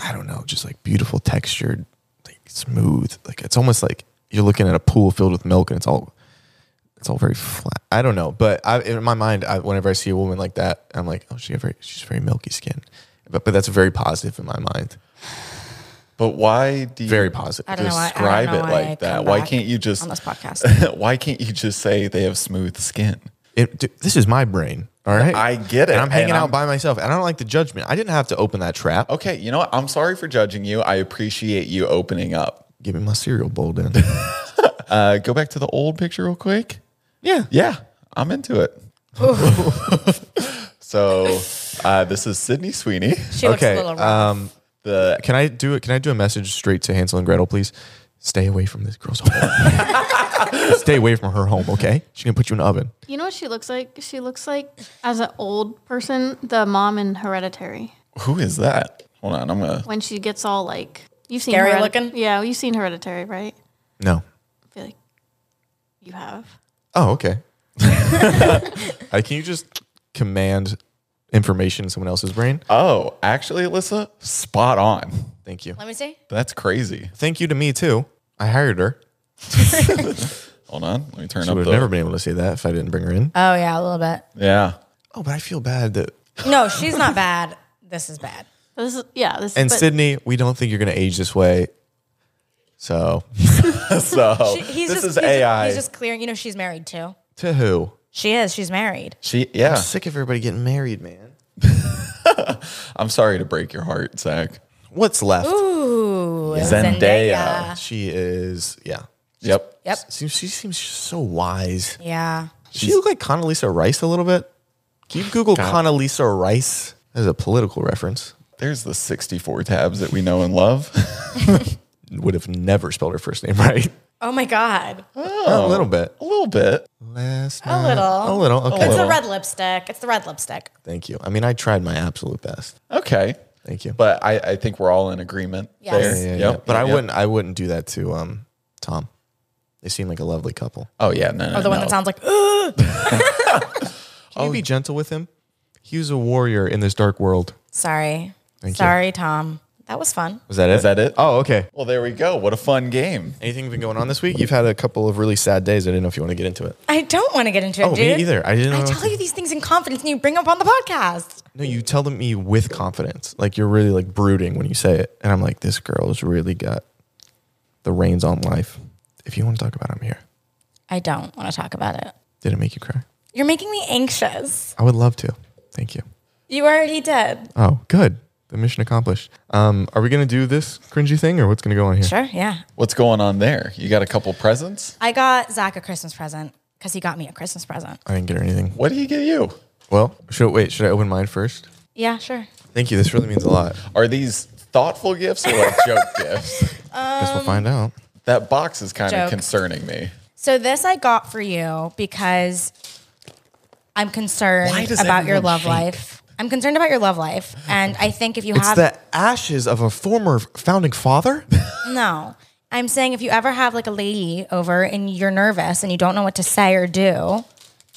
[SPEAKER 1] I don't know, just like beautiful textured, like smooth. Like it's almost like you're looking at a pool filled with milk and it's all, it's all very flat. I don't know, but I, in my mind, I, whenever I see a woman like that, I'm like, oh, she got very, she's very milky skin. But, but that's very positive in my mind.
[SPEAKER 2] But why do you
[SPEAKER 1] Very positive.
[SPEAKER 3] I don't know why- I don't
[SPEAKER 2] describe
[SPEAKER 3] know
[SPEAKER 2] it
[SPEAKER 3] why I
[SPEAKER 2] like that?
[SPEAKER 3] come
[SPEAKER 2] Why
[SPEAKER 3] back
[SPEAKER 2] can't you just
[SPEAKER 3] on this podcast.
[SPEAKER 2] why can't you just say they have smooth skin?
[SPEAKER 1] It, dude, this is my brain. All right.
[SPEAKER 2] I get it,
[SPEAKER 1] And I'm hanging
[SPEAKER 2] and I'm-
[SPEAKER 1] out by myself. And I don't like the judgment. I didn't have to open that trap. Oh,
[SPEAKER 2] Okay, you know what? I'm sorry for judging you. I appreciate you opening up.
[SPEAKER 1] Give me my cereal bowl then.
[SPEAKER 2] Uh, go back to the old picture real quick.
[SPEAKER 1] yeah.
[SPEAKER 2] Yeah, I'm into it. so uh, this is Sydney Sweeney.
[SPEAKER 3] She looks a
[SPEAKER 1] Okay, uh,
[SPEAKER 3] little rough.
[SPEAKER 2] The
[SPEAKER 1] Can I do it? Can I do a message straight to Hansel and Gretel, please? Stay away from this girl's home. Stay away from her home, okay? She's gonna put you in an oven.
[SPEAKER 4] You know what she looks like? She looks like, as an old person, the mom in Hereditary.
[SPEAKER 2] who is that? Hold on, I'm gonna.
[SPEAKER 4] When she gets all like, you've seen
[SPEAKER 3] Scary
[SPEAKER 4] Heredi-
[SPEAKER 3] looking?
[SPEAKER 4] Yeah, you've seen Hereditary, right?
[SPEAKER 1] No.
[SPEAKER 4] I feel like you have.
[SPEAKER 1] Oh, okay. Uh, can you just command information in someone else's brain?
[SPEAKER 2] Oh, actually, Alyssa, spot on.
[SPEAKER 1] Thank you.
[SPEAKER 3] Let me see.
[SPEAKER 2] That's crazy.
[SPEAKER 1] Thank you to me too. I hired her.
[SPEAKER 2] Hold on, let me turn
[SPEAKER 1] She
[SPEAKER 2] up
[SPEAKER 1] would
[SPEAKER 2] the.
[SPEAKER 1] have never been able to say that if I didn't bring her in.
[SPEAKER 3] Oh yeah, a little bit.
[SPEAKER 2] yeah,
[SPEAKER 1] Oh, but I feel bad that
[SPEAKER 3] No, she's not bad. This is bad.
[SPEAKER 4] This is yeah. This
[SPEAKER 1] And
[SPEAKER 4] but
[SPEAKER 1] Sydney, we don't think you're going to age this way. So,
[SPEAKER 2] so
[SPEAKER 3] She- he's
[SPEAKER 2] this
[SPEAKER 3] just,
[SPEAKER 2] is
[SPEAKER 3] he's-
[SPEAKER 2] AI.
[SPEAKER 3] He's just clearing. You know, she's married too.
[SPEAKER 1] to who?
[SPEAKER 3] She is. She's married.
[SPEAKER 2] she, yeah.
[SPEAKER 1] Sick of everybody getting married, man.
[SPEAKER 2] I'm sorry to break your heart, Zach.
[SPEAKER 1] What's left?
[SPEAKER 3] Ooh,
[SPEAKER 2] Zendaya.
[SPEAKER 1] She is, yeah.
[SPEAKER 2] Yep.
[SPEAKER 3] Yep.
[SPEAKER 1] Seems, she seems so wise.
[SPEAKER 3] Yeah.
[SPEAKER 1] She look like Condoleezza Rice a little bit. Can you Google Condoleezza Rice? That is a political reference.
[SPEAKER 2] There's the 64 tabs that we know and love.
[SPEAKER 1] Would have never spelled her first name right.
[SPEAKER 3] Oh my God.
[SPEAKER 1] A little bit.
[SPEAKER 2] a little bit.
[SPEAKER 1] Last
[SPEAKER 3] A little.
[SPEAKER 1] A little. Okay.
[SPEAKER 3] It's the red lipstick. It's the red lipstick.
[SPEAKER 1] Thank you. I mean, I tried my absolute best.
[SPEAKER 2] Okay.
[SPEAKER 1] Thank you.
[SPEAKER 2] But I, I think we're all in agreement
[SPEAKER 3] Yes.
[SPEAKER 2] there.
[SPEAKER 1] Yeah,
[SPEAKER 2] Yep.
[SPEAKER 1] yeah. But I
[SPEAKER 2] Yep.
[SPEAKER 1] wouldn't. I wouldn't do that to um Tom. They seem like a lovely couple.
[SPEAKER 2] Oh, yeah. No, no,
[SPEAKER 3] Oh, the one
[SPEAKER 2] no.
[SPEAKER 3] that sounds like. "Ugh."
[SPEAKER 1] Can you be gentle with him? He was a warrior in this dark world.
[SPEAKER 3] Sorry. Sorry, Tom. That was fun.
[SPEAKER 1] Was that it?
[SPEAKER 2] Is that it?
[SPEAKER 1] Oh, okay.
[SPEAKER 2] Well, there we go. What a fun game.
[SPEAKER 1] Anything been going on this week? You've had a couple of really sad days. I didn't know if you want to get into it.
[SPEAKER 3] I don't want to get into it,
[SPEAKER 1] Oh, me
[SPEAKER 3] dude.
[SPEAKER 1] either. I didn't
[SPEAKER 3] I
[SPEAKER 1] know-
[SPEAKER 3] tell you these things in confidence, and you bring up on the podcast.
[SPEAKER 1] No, you tell them me with confidence. Like you're really like brooding when you say it, and I'm like, this girl has really got the reins on life. If you want to talk about, it, I'm here.
[SPEAKER 3] I don't want to talk about it.
[SPEAKER 1] Did it make you cry?
[SPEAKER 3] You're making me anxious.
[SPEAKER 1] I would love to. Thank you.
[SPEAKER 3] You already did.
[SPEAKER 1] Oh, good. The mission accomplished. Um, are we gonna do this cringy thing, or what's gonna go on here?
[SPEAKER 3] Sure. Yeah.
[SPEAKER 2] What's going on there? You got a couple presents?
[SPEAKER 3] I got Zach a Christmas present because he got me a Christmas present.
[SPEAKER 1] I didn't get her anything.
[SPEAKER 2] What did he get you?
[SPEAKER 1] Well, should wait? Should I open mine first?
[SPEAKER 3] Yeah, sure.
[SPEAKER 1] Thank you. This really means a lot.
[SPEAKER 2] Are these thoughtful gifts or like joke gifts?
[SPEAKER 1] Guess
[SPEAKER 3] Um,
[SPEAKER 1] we'll find out.
[SPEAKER 2] That box is kind of
[SPEAKER 3] Joke.
[SPEAKER 2] concerning me.
[SPEAKER 3] So this I got for you because I'm concerned
[SPEAKER 2] Why does
[SPEAKER 3] about your
[SPEAKER 2] everyone
[SPEAKER 3] love
[SPEAKER 2] shake?
[SPEAKER 3] life. I'm concerned about your love life, and I think if you
[SPEAKER 1] It's
[SPEAKER 3] have
[SPEAKER 1] the ashes of a former founding father.
[SPEAKER 3] no, I'm saying if you ever have like a lady over and you're nervous and you don't know what to say or do,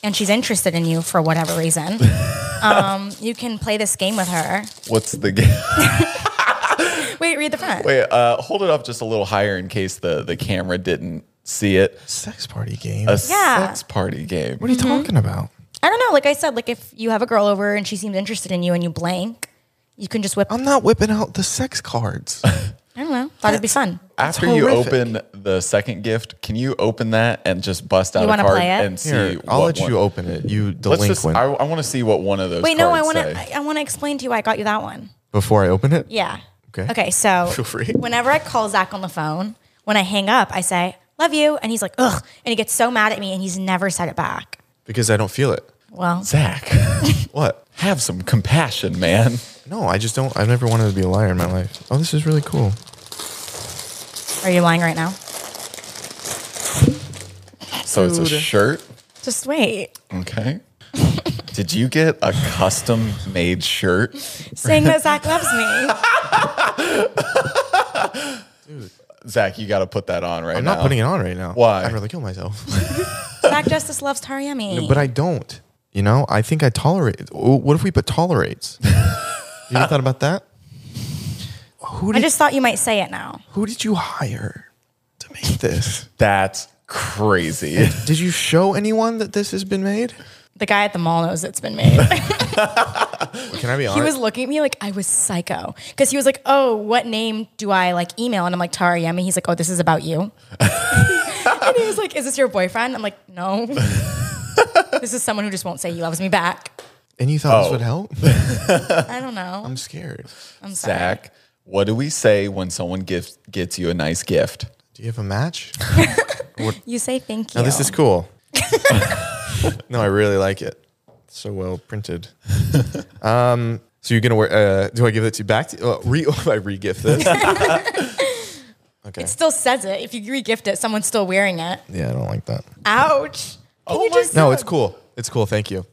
[SPEAKER 3] and she's interested in you for whatever reason, um, you can play this game with her.
[SPEAKER 2] What's the game?
[SPEAKER 3] Wait, read the front.
[SPEAKER 2] Wait, uh, hold it up just a little higher in case the, the camera didn't see it.
[SPEAKER 1] Sex party game.
[SPEAKER 2] A
[SPEAKER 3] Yeah.
[SPEAKER 2] sex party game.
[SPEAKER 1] what are you
[SPEAKER 3] Uh-huh.
[SPEAKER 1] talking about?
[SPEAKER 3] I don't know. Like I said, like if you have a girl over and she seems interested in you and you blank, you can just whip.
[SPEAKER 1] I'm not whipping out the sex cards.
[SPEAKER 3] I don't know. Thought it'd be fun.
[SPEAKER 2] After you open the second gift, can you open that and just bust out
[SPEAKER 3] You
[SPEAKER 2] a
[SPEAKER 3] wanna
[SPEAKER 2] card
[SPEAKER 3] play it?
[SPEAKER 2] and see?
[SPEAKER 1] Here, I'll
[SPEAKER 2] what
[SPEAKER 1] let
[SPEAKER 2] one-
[SPEAKER 1] you open it. You
[SPEAKER 2] Let's
[SPEAKER 1] delinquent.
[SPEAKER 2] just. I, I want to see what one of those.
[SPEAKER 3] Wait, no, I want
[SPEAKER 2] cards
[SPEAKER 3] to.
[SPEAKER 2] say.
[SPEAKER 3] I want to explain to you why I got you that one.
[SPEAKER 1] Before I open it,
[SPEAKER 3] Yeah.
[SPEAKER 1] Okay.
[SPEAKER 3] Okay. So
[SPEAKER 1] Feel free.
[SPEAKER 3] Whenever I call Zach on the phone, when I hang up, I say "love you," and he's like "ugh," and he gets so mad at me, and he's never said it back.
[SPEAKER 1] because I don't feel it.
[SPEAKER 3] Well,
[SPEAKER 2] Zach,
[SPEAKER 1] What?
[SPEAKER 2] have some compassion, man.
[SPEAKER 1] No, I just don't. I've never wanted to be a liar in my life. Oh, this is really cool.
[SPEAKER 3] are you lying right now?
[SPEAKER 2] So it's a shirt.
[SPEAKER 3] Just wait.
[SPEAKER 2] Okay. Did you get a custom made shirt?
[SPEAKER 3] Saying that Zach loves me.
[SPEAKER 2] Zach, you got to put that on right
[SPEAKER 1] I'm
[SPEAKER 2] now.
[SPEAKER 1] not putting it on right now.
[SPEAKER 2] Why?
[SPEAKER 1] I'd rather kill myself.
[SPEAKER 3] Zach Justice loves Tariyami.
[SPEAKER 1] but I don't. You know, I think I tolerate. oh, What if we put tolerates? you ever thought about that? Who
[SPEAKER 3] I
[SPEAKER 1] did,
[SPEAKER 3] just thought you might say it now.
[SPEAKER 1] who did you hire to make this?
[SPEAKER 2] That's crazy.
[SPEAKER 1] did you show anyone that this has been made?
[SPEAKER 3] The guy at the mall knows it's been made.
[SPEAKER 1] Can I be honest?
[SPEAKER 3] he was looking at me like I was psycho because he was like, "Oh, what name do I like email?" And I'm like, "Tara Yemi." He's like, "Oh, this is about you." and he was like, "Is this your boyfriend?" I'm like, "No." this is someone who just won't say he loves me back.
[SPEAKER 1] and you thought this
[SPEAKER 2] Oh.
[SPEAKER 1] would help?
[SPEAKER 3] I don't know.
[SPEAKER 1] I'm scared.
[SPEAKER 3] I'm sorry.
[SPEAKER 2] Zach, what do we say when someone gives, gets you a nice gift?
[SPEAKER 1] Do you have a match?
[SPEAKER 3] You say thank you.
[SPEAKER 1] No, this is cool. no, I really like it. It's so well printed. Um, so you're gonna wear? Uh, do I give it to you back? To, uh, re- I re-gift this.
[SPEAKER 3] It still says it. If you regift it, someone's still wearing it.
[SPEAKER 1] yeah, I don't like that.
[SPEAKER 3] Ouch. Can
[SPEAKER 2] Oh
[SPEAKER 3] you just-
[SPEAKER 1] No, it's cool. It's cool. Thank you.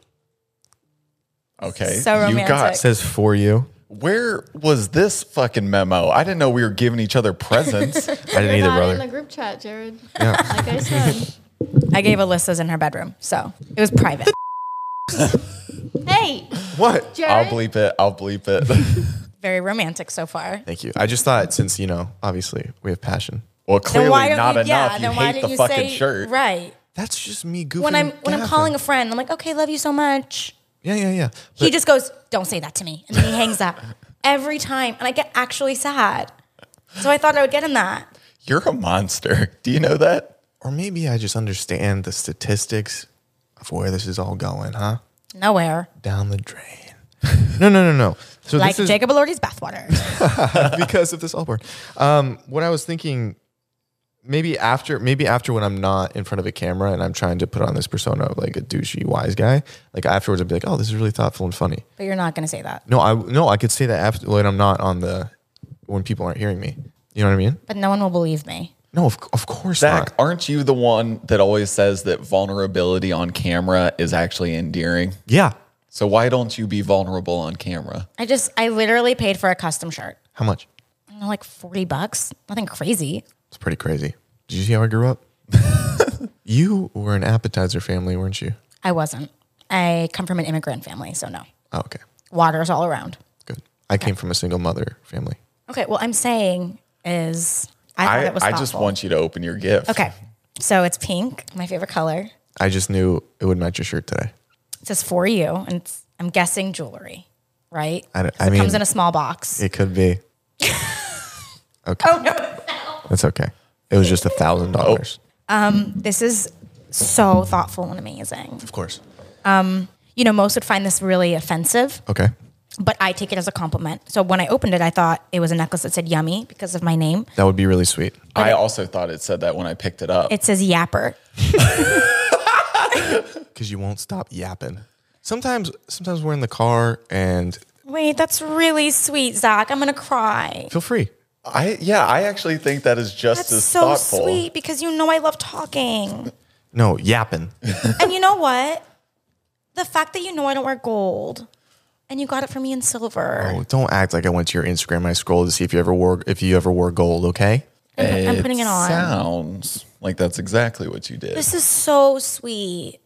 [SPEAKER 2] Okay.
[SPEAKER 3] So
[SPEAKER 2] You got,
[SPEAKER 3] romantic.
[SPEAKER 1] says for you.
[SPEAKER 2] where was this fucking memo? I didn't know we were giving each other presents.
[SPEAKER 1] I didn't either,
[SPEAKER 4] Not in the
[SPEAKER 1] brother.
[SPEAKER 4] group chat, Jared. Like I said.
[SPEAKER 3] I gave Alyssa's in her bedroom, so it was private.
[SPEAKER 4] hey,
[SPEAKER 1] What?
[SPEAKER 4] Jared.
[SPEAKER 2] I'll bleep it. I'll bleep it.
[SPEAKER 3] Very romantic so far.
[SPEAKER 1] Thank you. I just thought since you know, obviously we have passion.
[SPEAKER 2] Well, clearly
[SPEAKER 3] don't
[SPEAKER 2] not enough.
[SPEAKER 3] yeah,
[SPEAKER 2] you
[SPEAKER 3] then why
[SPEAKER 2] hate
[SPEAKER 3] didn't
[SPEAKER 2] the
[SPEAKER 3] you
[SPEAKER 2] fucking
[SPEAKER 3] say
[SPEAKER 2] shirt.
[SPEAKER 3] right?
[SPEAKER 1] That's just me goofing.
[SPEAKER 3] when I'm
[SPEAKER 1] and
[SPEAKER 3] when I'm
[SPEAKER 1] gaffing.
[SPEAKER 3] calling a friend, I'm like, okay, love you so much.
[SPEAKER 1] Yeah, yeah, yeah.
[SPEAKER 3] he
[SPEAKER 1] But
[SPEAKER 3] just goes, don't say that to me, and then he hangs up every time, and I get actually sad. So I thought I would get him that.
[SPEAKER 2] You're a monster. Do you know that?
[SPEAKER 1] or maybe I just understand the statistics of where this is all going, huh?
[SPEAKER 3] Nowhere,
[SPEAKER 1] Down the drain. No, no, no, no. So
[SPEAKER 3] like
[SPEAKER 1] this is,
[SPEAKER 3] Jacob Elordi's bathwater.
[SPEAKER 1] because of this Allborn. Um, what I was thinking, maybe after, maybe after when I'm not in front of a camera and I'm trying to put on this persona of like a douchey wise guy, like afterwards I'd be like, oh, this is really thoughtful and funny.
[SPEAKER 3] but you're not gonna say that.
[SPEAKER 1] No, I no, I could say that after when I'm not on the when people aren't hearing me. You know what I mean?
[SPEAKER 3] But no one will believe me.
[SPEAKER 1] No, of, of course
[SPEAKER 2] Zach,
[SPEAKER 1] not.
[SPEAKER 2] aren't you the one that always says that vulnerability on camera is actually endearing?
[SPEAKER 1] Yeah.
[SPEAKER 2] So why don't you be vulnerable on camera?
[SPEAKER 3] I just, I literally paid for a custom shirt,
[SPEAKER 1] How much?
[SPEAKER 3] You know, like forty bucks, nothing crazy.
[SPEAKER 1] It's pretty crazy. Did you see how I grew up? you were an appetizer family, weren't you?
[SPEAKER 3] I wasn't. I come from an immigrant family, so no.
[SPEAKER 1] Oh, okay.
[SPEAKER 3] Water's all around.
[SPEAKER 1] Good. I came from a single mother family.
[SPEAKER 3] Okay, well, I'm saying is I thought
[SPEAKER 2] I,
[SPEAKER 3] it was.
[SPEAKER 2] I just
[SPEAKER 3] thoughtful.
[SPEAKER 2] want you to open your gift.
[SPEAKER 3] Okay, so it's pink, my favorite color.
[SPEAKER 1] I just knew it would match your shirt today.
[SPEAKER 3] It says for you, and it's, I'm guessing jewelry, right?
[SPEAKER 1] I don't-
[SPEAKER 3] 'Cause
[SPEAKER 1] I
[SPEAKER 3] it comes
[SPEAKER 1] mean-
[SPEAKER 3] in a small box.
[SPEAKER 1] It could be. okay. Oh, no. That's okay. It was just a thousand dollars.
[SPEAKER 3] This is so thoughtful and amazing.
[SPEAKER 1] Of course.
[SPEAKER 3] You know, most would find this really offensive,
[SPEAKER 1] Okay.
[SPEAKER 3] but I take it as a compliment. So when I opened it, I thought it was a necklace that said "yummy" because of my name.
[SPEAKER 1] That would be really sweet.
[SPEAKER 2] I also thought it said that when I picked it up.
[SPEAKER 3] It says "yapper."
[SPEAKER 1] Because you won't stop yapping. Sometimes sometimes we're in the car and
[SPEAKER 3] Wait, that's really sweet, Zach. I'm gonna cry.
[SPEAKER 1] feel free.
[SPEAKER 2] I yeah, I actually think that is just
[SPEAKER 3] That's
[SPEAKER 2] as
[SPEAKER 3] so
[SPEAKER 2] thoughtful.
[SPEAKER 3] sweet because you know I love talking.
[SPEAKER 1] No, yapping.
[SPEAKER 3] And you know what? The fact that you know I don't wear gold and you got it for me in silver.
[SPEAKER 1] oh, don't act like I went to your Instagram and I scrolled to see if you ever wore if you ever wore gold, okay?
[SPEAKER 3] I'm, I'm putting it on.
[SPEAKER 2] Sounds like that's exactly what you did.
[SPEAKER 3] This is so sweet.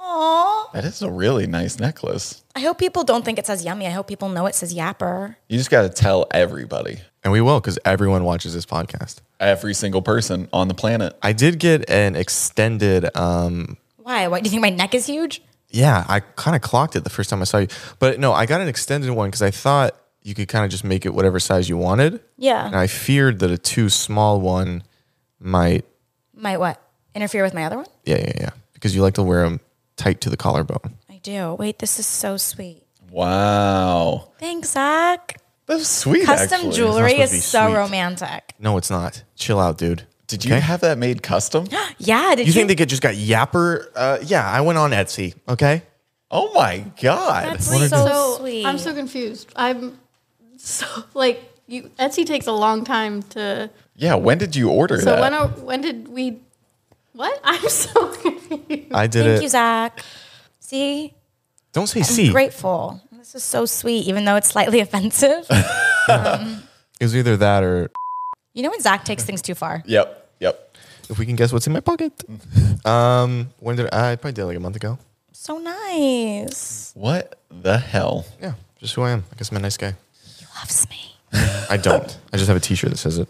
[SPEAKER 3] Aw.
[SPEAKER 2] that is a really nice necklace.
[SPEAKER 3] I hope people don't think it says yummy. I hope people know it says yapper.
[SPEAKER 2] You just got to tell everybody,
[SPEAKER 1] And we will because everyone watches this podcast.
[SPEAKER 2] every single person on the planet.
[SPEAKER 1] I did get an extended um
[SPEAKER 3] Why? Why do you think my neck is huge?
[SPEAKER 1] Yeah, I kind of clocked it the first time I saw you. But no, I got an extended one because I thought you could kind of just make it whatever size you wanted. And
[SPEAKER 4] Yeah.
[SPEAKER 1] I feared that a too small one might,
[SPEAKER 3] Might what? Interfere with my other one?
[SPEAKER 1] yeah, yeah, yeah, because you like to wear them tight to the collarbone.
[SPEAKER 3] I do. Wait, this is so sweet.
[SPEAKER 2] Wow.
[SPEAKER 3] Thanks, Zach.
[SPEAKER 2] That's sweet.
[SPEAKER 3] Custom
[SPEAKER 2] actually.
[SPEAKER 3] jewelry
[SPEAKER 1] supposed to be
[SPEAKER 3] is so
[SPEAKER 1] sweet.
[SPEAKER 3] romantic.
[SPEAKER 1] No, it's not. Chill out, dude.
[SPEAKER 2] Did you have that made custom?
[SPEAKER 3] Yeah, did you?
[SPEAKER 1] You think they could just got yapper? Uh, yeah, I went on Etsy. Okay.
[SPEAKER 2] Oh my God.
[SPEAKER 3] That's so,
[SPEAKER 4] So
[SPEAKER 3] sweet.
[SPEAKER 4] I'm so confused. I'm so like you. Etsy takes a long time to.
[SPEAKER 2] Yeah. When did you order
[SPEAKER 4] So
[SPEAKER 2] that?
[SPEAKER 4] when are, when did we? What? I'm so confused.
[SPEAKER 1] I did
[SPEAKER 3] Thank
[SPEAKER 1] it.
[SPEAKER 3] you, Zach. See,
[SPEAKER 1] Don't say C.
[SPEAKER 3] grateful. This is so sweet, even though it's slightly offensive.
[SPEAKER 1] It was either that or
[SPEAKER 3] you know when Zach takes things too far?
[SPEAKER 2] yep. Yep.
[SPEAKER 1] if we can guess what's in my pocket. um, when did I, I probably did it like a month ago?
[SPEAKER 3] So nice.
[SPEAKER 2] What the hell?
[SPEAKER 1] Yeah, just who I am. I guess I'm a nice guy.
[SPEAKER 3] Loves me.
[SPEAKER 1] I don't. I just have a T-shirt that says it.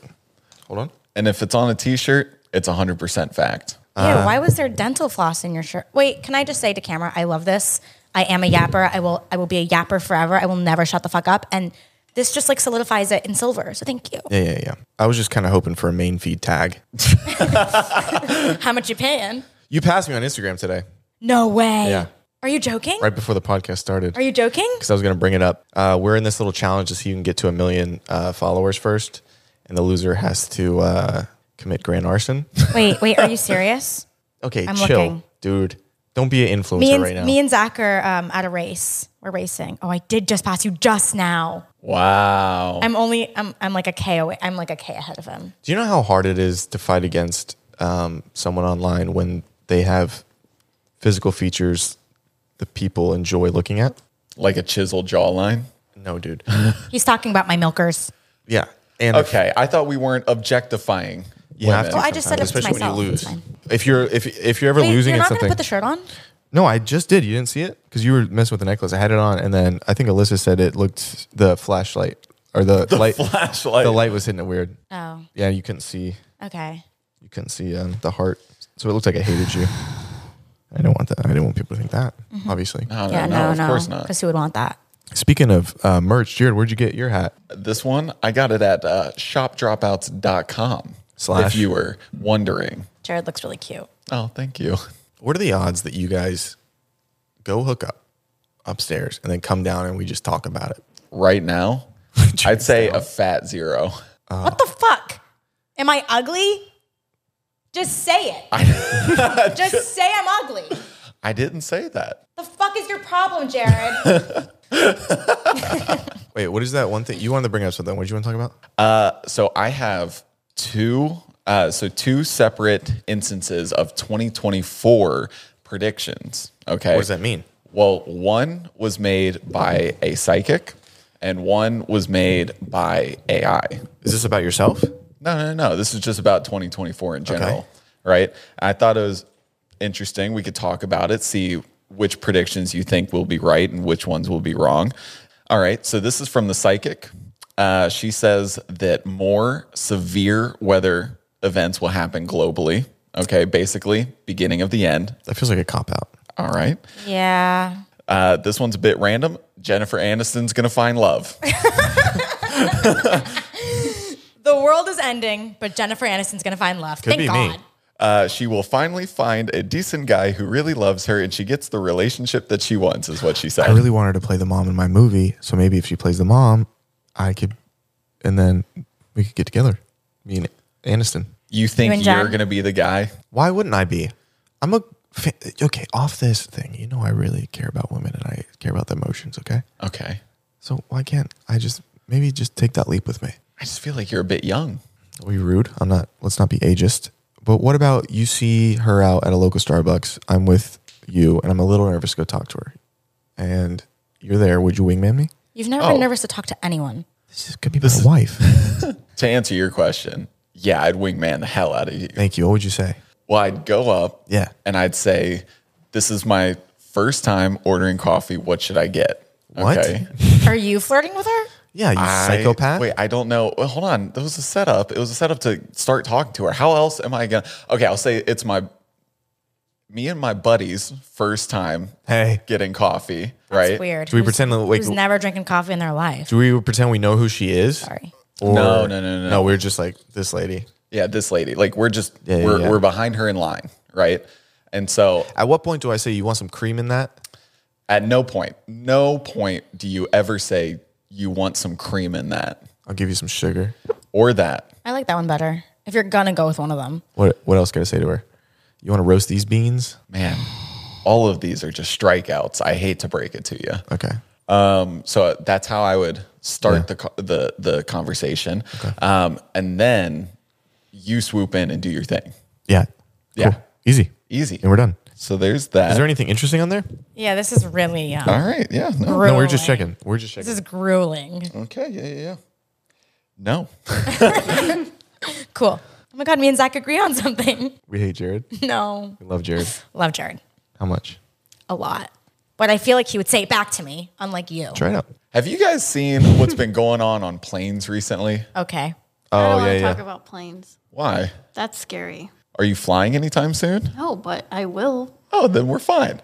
[SPEAKER 1] Hold on.
[SPEAKER 2] And if it's on a t shirt, it's 100% fact.
[SPEAKER 1] Uh-huh.
[SPEAKER 3] Ew, why was there dental floss in your shirt? Wait, can I just say to camera, I love this. I am a yapper. I will I will be a yapper forever. I will never shut the fuck up. And this just like solidifies it in silver. So thank you.
[SPEAKER 1] Yeah, yeah, yeah. I was just kind of hoping for a main feed tag.
[SPEAKER 3] How much you paying?
[SPEAKER 1] You passed me on Instagram today,
[SPEAKER 3] No way.
[SPEAKER 1] Yeah.
[SPEAKER 3] Are you joking?
[SPEAKER 1] right before the podcast started,
[SPEAKER 3] Are you joking?
[SPEAKER 1] because I was going to bring it up. Uh, we're in this little challenge to see who can get to a million uh, followers first, and the loser has to uh, commit grand arson.
[SPEAKER 3] Wait, wait, are you serious?
[SPEAKER 1] Okay,
[SPEAKER 3] I'm
[SPEAKER 1] chill,
[SPEAKER 3] looking.
[SPEAKER 1] dude. Don't be an influencer
[SPEAKER 3] me and
[SPEAKER 1] right now.
[SPEAKER 3] me and Zach are um, at a race. We're racing. Oh, I did just pass you just now.
[SPEAKER 2] Wow.
[SPEAKER 3] I'm only I'm I'm like a K away. I'm like a K ahead of him.
[SPEAKER 1] Do you know how hard it is to fight against um, someone online when they have physical features the people enjoy looking at?
[SPEAKER 2] like a chiseled jawline.
[SPEAKER 1] No, dude.
[SPEAKER 3] He's talking about my milkers.
[SPEAKER 1] yeah, and if-
[SPEAKER 2] Okay. I thought we weren't objectifying.
[SPEAKER 1] You have
[SPEAKER 2] women.
[SPEAKER 1] to
[SPEAKER 3] Well, I just said it to
[SPEAKER 1] especially
[SPEAKER 3] myself.
[SPEAKER 1] when you
[SPEAKER 3] It's
[SPEAKER 1] lose.
[SPEAKER 3] fine.
[SPEAKER 1] If you're if if you're ever
[SPEAKER 3] Wait,
[SPEAKER 1] losing
[SPEAKER 3] you're
[SPEAKER 1] at
[SPEAKER 3] not
[SPEAKER 1] something,
[SPEAKER 3] gonna put the shirt on?
[SPEAKER 1] no, I just did. You didn't see it because you were messing with the necklace. I had it on, and then I think Alyssa said it looked the flashlight or the, light.
[SPEAKER 2] flashlight.
[SPEAKER 1] The light was hitting it weird.
[SPEAKER 3] Oh,
[SPEAKER 1] Yeah, you couldn't see.
[SPEAKER 3] okay.
[SPEAKER 1] You couldn't see um, the heart, so it looked like I hated you. I don't want that. I don't want people to think that.
[SPEAKER 3] Mm-hmm.
[SPEAKER 1] Obviously.
[SPEAKER 2] No,
[SPEAKER 3] Yeah,
[SPEAKER 2] no,
[SPEAKER 3] no,
[SPEAKER 2] of
[SPEAKER 3] no.
[SPEAKER 2] course not.
[SPEAKER 3] Because who would want that?
[SPEAKER 1] Speaking of uh, merch, Jared, where'd you get your hat?
[SPEAKER 2] This one, I got it at uh, shopdropouts.com.
[SPEAKER 1] Slash.
[SPEAKER 2] If you were wondering.
[SPEAKER 3] Jared looks really cute.
[SPEAKER 2] Oh, thank you.
[SPEAKER 1] What are the odds that you guys go hook up upstairs and then come down and we just talk about it?
[SPEAKER 2] Right now, I'd say a fat zero.
[SPEAKER 3] what the fuck? Am I ugly? Just say it. just say I'm ugly.
[SPEAKER 2] I didn't say that.
[SPEAKER 3] The fuck is your problem, Jared?
[SPEAKER 1] Wait, what is that one thing you wanted to bring up? Something? What did you want to talk about?
[SPEAKER 2] So I have two, uh, so two separate instances of 2024 predictions. Okay.
[SPEAKER 1] What does that mean?
[SPEAKER 2] Well, one was made by a psychic, and one was made by AI.
[SPEAKER 1] Is this about yourself?
[SPEAKER 2] No, no, no. This is just about 2024 in general,
[SPEAKER 1] Okay.
[SPEAKER 2] right? I thought it was interesting. We could talk about it, see which predictions you think will be right and which ones will be wrong. All right. So this is from the psychic. Uh, she says that more severe weather events will happen globally. Okay. Basically, beginning of the end.
[SPEAKER 1] That feels like a cop out.
[SPEAKER 2] All right.
[SPEAKER 3] yeah.
[SPEAKER 2] Uh, this one's a bit random. Jennifer Aniston's going to find love.
[SPEAKER 3] The world is ending, but Jennifer Aniston's gonna find love. Thank
[SPEAKER 1] be me.
[SPEAKER 3] God.
[SPEAKER 2] Uh, she will finally find a decent guy who really loves her and she gets the relationship that she wants, is what she said.
[SPEAKER 1] I really want her to play the mom in my movie, so maybe if she plays the mom, I could, and then we could get together, me and Aniston.
[SPEAKER 2] you
[SPEAKER 3] You
[SPEAKER 2] think
[SPEAKER 3] and
[SPEAKER 2] you are
[SPEAKER 3] John?
[SPEAKER 2] going to be the guy?
[SPEAKER 1] Why wouldn't I be? I'm a fa- okay. Off this thing, you know, I really care about women and I care about their emotions. Okay,
[SPEAKER 2] Okay.
[SPEAKER 1] so why can't I just maybe just take that leap with me?
[SPEAKER 2] I just feel like you're a bit young.
[SPEAKER 1] Are we rude? I'm not. Let's not be ageist. But what about you see her out at a local Starbucks? I'm with you, and I'm a little nervous to go talk to her. And you're there. Would you wingman me?
[SPEAKER 3] You've never
[SPEAKER 2] Oh.
[SPEAKER 3] been nervous to talk to anyone.
[SPEAKER 1] This is, could be my wife.
[SPEAKER 2] To answer your question, yeah, I'd wingman the hell out of you.
[SPEAKER 1] Thank you. What would you say?
[SPEAKER 2] Well, I'd go up
[SPEAKER 1] Yeah.
[SPEAKER 2] and I'd say, This is my first time ordering coffee. What should I get?
[SPEAKER 1] What?
[SPEAKER 3] Are you flirting with her?
[SPEAKER 1] Yeah, you
[SPEAKER 2] I-
[SPEAKER 1] psychopath.
[SPEAKER 2] Wait, I don't know. Well, hold on. That was a setup. It was a setup to start talking to her. How else am I gonna? Okay, I'll say it's my me and my buddies first time
[SPEAKER 1] Hey,
[SPEAKER 2] getting coffee, right?
[SPEAKER 3] Weird.
[SPEAKER 1] do we
[SPEAKER 3] Who's-
[SPEAKER 1] pretend that wait?
[SPEAKER 3] Who's never drinking coffee in their life?
[SPEAKER 1] Do we pretend we know who she is?
[SPEAKER 3] Sorry.
[SPEAKER 1] Or,
[SPEAKER 2] No, no, no, no.
[SPEAKER 1] No, we're just like this lady.
[SPEAKER 2] Yeah, this lady. Like we're just
[SPEAKER 1] yeah,
[SPEAKER 2] we're
[SPEAKER 1] yeah.
[SPEAKER 2] we're behind her in line, right? And so
[SPEAKER 1] At what point do I say you want some cream in that?
[SPEAKER 2] at no point, no point do you ever say you want some cream in that
[SPEAKER 1] I'll give you some sugar.
[SPEAKER 2] or that.
[SPEAKER 3] I like that one better. If you're gonna go with one of them,
[SPEAKER 1] What what else can I say to her? You want to roast these beans?
[SPEAKER 2] Man, all of these are just strikeouts. I hate to break it to you.
[SPEAKER 1] Okay.
[SPEAKER 2] so that's how I would start the co- the the conversation, um, and then you swoop in and do your thing.
[SPEAKER 1] Yeah.
[SPEAKER 2] Yeah. E-
[SPEAKER 1] Easy.
[SPEAKER 2] Easy.
[SPEAKER 1] And we're done.
[SPEAKER 2] So there's that.
[SPEAKER 1] Is there anything interesting on there?
[SPEAKER 3] yeah, this is really um,
[SPEAKER 2] All right. Yeah. No.
[SPEAKER 1] No, we're just
[SPEAKER 3] grueling.
[SPEAKER 1] checking. We're just checking.
[SPEAKER 3] This is grueling.
[SPEAKER 2] Okay. Yeah. Yeah. yeah. No.
[SPEAKER 3] Cool. Oh my god, me and Zach agree on something.
[SPEAKER 1] we hate Jared.
[SPEAKER 3] No,
[SPEAKER 1] We love Jared.
[SPEAKER 3] love Jared
[SPEAKER 1] How much?
[SPEAKER 3] a lot, but I feel like he would say it back to me, unlike you.
[SPEAKER 1] Try it out.
[SPEAKER 2] Have you guys seen what's been going on on planes recently?
[SPEAKER 3] Okay.
[SPEAKER 4] I don't want
[SPEAKER 1] Oh, yeah,
[SPEAKER 4] to
[SPEAKER 1] yeah.
[SPEAKER 4] talk about planes.
[SPEAKER 2] Why?
[SPEAKER 4] That's scary.
[SPEAKER 2] Are you flying anytime soon?
[SPEAKER 4] No, but I will.
[SPEAKER 2] Oh, then we're fine.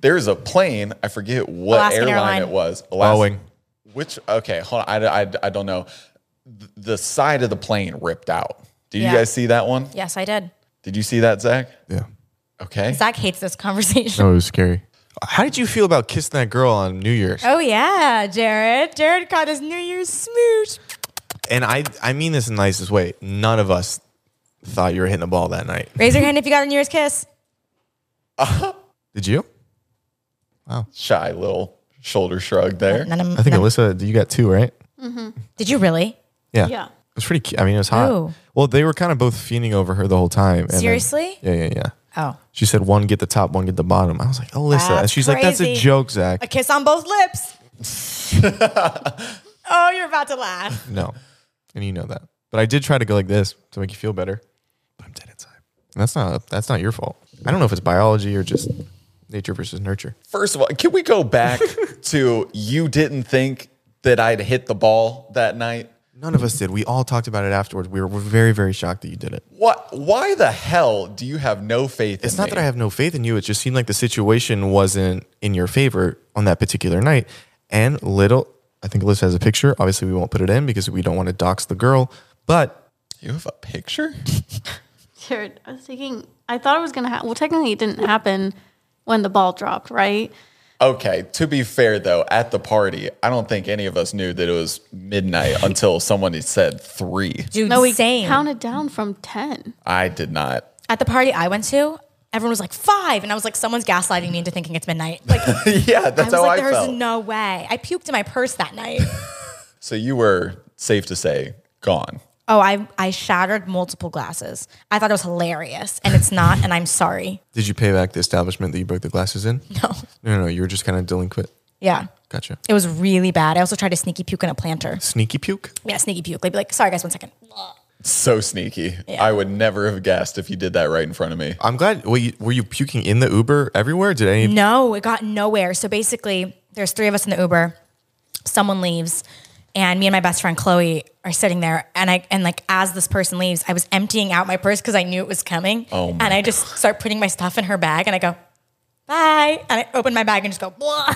[SPEAKER 2] There's a plane. I forget what
[SPEAKER 3] Alaskan
[SPEAKER 2] airline,
[SPEAKER 3] airline.
[SPEAKER 2] it was.
[SPEAKER 1] Boeing.
[SPEAKER 2] Which, okay, hold on. I, I, I don't know. The, the side of the plane ripped out. Did
[SPEAKER 3] Yeah.
[SPEAKER 2] you guys see that one?
[SPEAKER 3] Yes, I did.
[SPEAKER 2] Did you see that, Zach?
[SPEAKER 1] Yeah.
[SPEAKER 2] Okay.
[SPEAKER 3] Zach hates this conversation.
[SPEAKER 1] No, it was scary. How did you feel about kissing that girl on New Year's?
[SPEAKER 3] Oh yeah, Jared. Jared caught his New Year's smooch.
[SPEAKER 1] And I I mean this in the nicest way. None of us thought you were hitting the ball that night.
[SPEAKER 3] Raise your hand if you got a New Year's kiss.
[SPEAKER 1] Did you?
[SPEAKER 2] Shy little shoulder shrug there.
[SPEAKER 3] None of
[SPEAKER 1] I think Alyssa, you got two, right?
[SPEAKER 3] Did you really?
[SPEAKER 1] Yeah.
[SPEAKER 4] Yeah.
[SPEAKER 1] It was pretty cute. I mean, it was hot.
[SPEAKER 3] Oh.
[SPEAKER 1] Well, they were kind of both fiending over her the whole time. and then-
[SPEAKER 3] Seriously?
[SPEAKER 1] yeah, yeah, yeah.
[SPEAKER 3] Oh.
[SPEAKER 1] She said one get the top, one get the bottom. I was like, Alyssa.
[SPEAKER 3] That's
[SPEAKER 1] She's like, that's a
[SPEAKER 3] crazy.
[SPEAKER 1] joke, Zach.
[SPEAKER 3] A kiss on both lips. oh, you're about to laugh.
[SPEAKER 1] No. And you know that. But I did try to go like this to make you feel better. But I'm dead inside. And that's not that's not your fault. I don't know if it's biology or just nature versus nurture.
[SPEAKER 2] First of all, can we go back to you didn't think that I'd hit the ball that night?
[SPEAKER 1] None of us did. We all talked about it afterwards. We were, were very, very shocked that you did it.
[SPEAKER 2] What? Why the hell do you have no faith?
[SPEAKER 1] It's
[SPEAKER 2] in
[SPEAKER 1] not
[SPEAKER 2] me?
[SPEAKER 1] that I have no faith in you. It just seemed like the situation wasn't in your favor on that particular night. And little, I think Alyssa has a picture. Obviously, we won't put it in because we don't want to dox the girl. But
[SPEAKER 2] You have a picture?
[SPEAKER 4] Jared, I was thinking, I thought it was going to happen. Well, technically, it didn't happen when the ball dropped, right?
[SPEAKER 2] Okay, to be fair though, at the party, I don't think any of us knew that it was midnight until someone had said three.
[SPEAKER 3] Dude,
[SPEAKER 4] No, we
[SPEAKER 3] same.
[SPEAKER 4] counted down from 10.
[SPEAKER 2] I did not.
[SPEAKER 3] At the party I went to, everyone was like five, and I was like, someone's gaslighting me into thinking it's midnight. Like, I
[SPEAKER 2] yeah, that's
[SPEAKER 3] was
[SPEAKER 2] how
[SPEAKER 3] like,
[SPEAKER 2] I
[SPEAKER 3] there's
[SPEAKER 2] felt.
[SPEAKER 3] no way. I puked in my purse that night.
[SPEAKER 2] so you were safe to say gone.
[SPEAKER 3] oh, I I shattered multiple glasses. I thought it was hilarious, and it's not. and I'm sorry.
[SPEAKER 1] did you pay back the establishment that you broke the glasses in?
[SPEAKER 3] No.
[SPEAKER 1] No, no, no. You were just kind of delinquent.
[SPEAKER 3] Yeah.
[SPEAKER 1] Gotcha.
[SPEAKER 3] It was really bad. I also tried to sneaky puke in a planter.
[SPEAKER 1] Sneaky puke.
[SPEAKER 3] Yeah, sneaky puke. They'd be like, sorry guys, one second.
[SPEAKER 2] So sneaky. I would never have guessed if you did that right in front of me.
[SPEAKER 1] I'm glad. Were you, were you puking in the Uber everywhere? Did any?
[SPEAKER 3] No, it got nowhere. So basically, there's three of us in the Uber. Someone leaves, and me and my best friend Chloe are sitting there. And I and like as this person leaves, I was emptying out my purse because I knew it was coming.
[SPEAKER 2] Oh my
[SPEAKER 3] and I just start putting my stuff in her bag, and I go, "Bye!" And I open my bag and just go, "Blah,"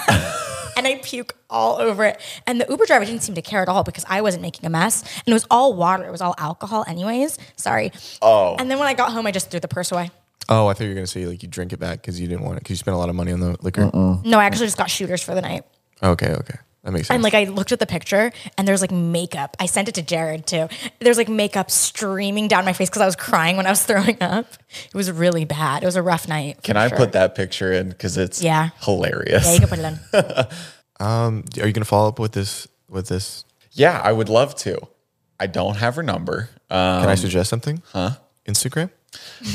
[SPEAKER 3] and I puke all over it. And the Uber driver didn't seem to care at all because I wasn't making a mess, and it was all water. It was all alcohol, anyways. Sorry. Oh. And then when I got home, I just threw the purse away.
[SPEAKER 1] Oh, I thought you were gonna say like you drink it back because you didn't want it because you spent a lot of money on the liquor.
[SPEAKER 3] No, I actually just got shooters for the night.
[SPEAKER 1] Okay, okay, that makes sense.
[SPEAKER 3] And like I looked at the picture and there's like makeup. I sent it to Jared too. There's like makeup streaming down my face because I was crying when I was throwing up. It was really bad. It was a rough night.
[SPEAKER 2] Can I put that picture in? Because it's
[SPEAKER 3] Yeah.
[SPEAKER 2] hilarious.
[SPEAKER 3] Yeah, you can put it in.
[SPEAKER 1] Are you gonna follow up with this? With this?
[SPEAKER 2] Yeah, I would love to. I don't have her number. Um,
[SPEAKER 1] Can I suggest something? Huh? Instagram.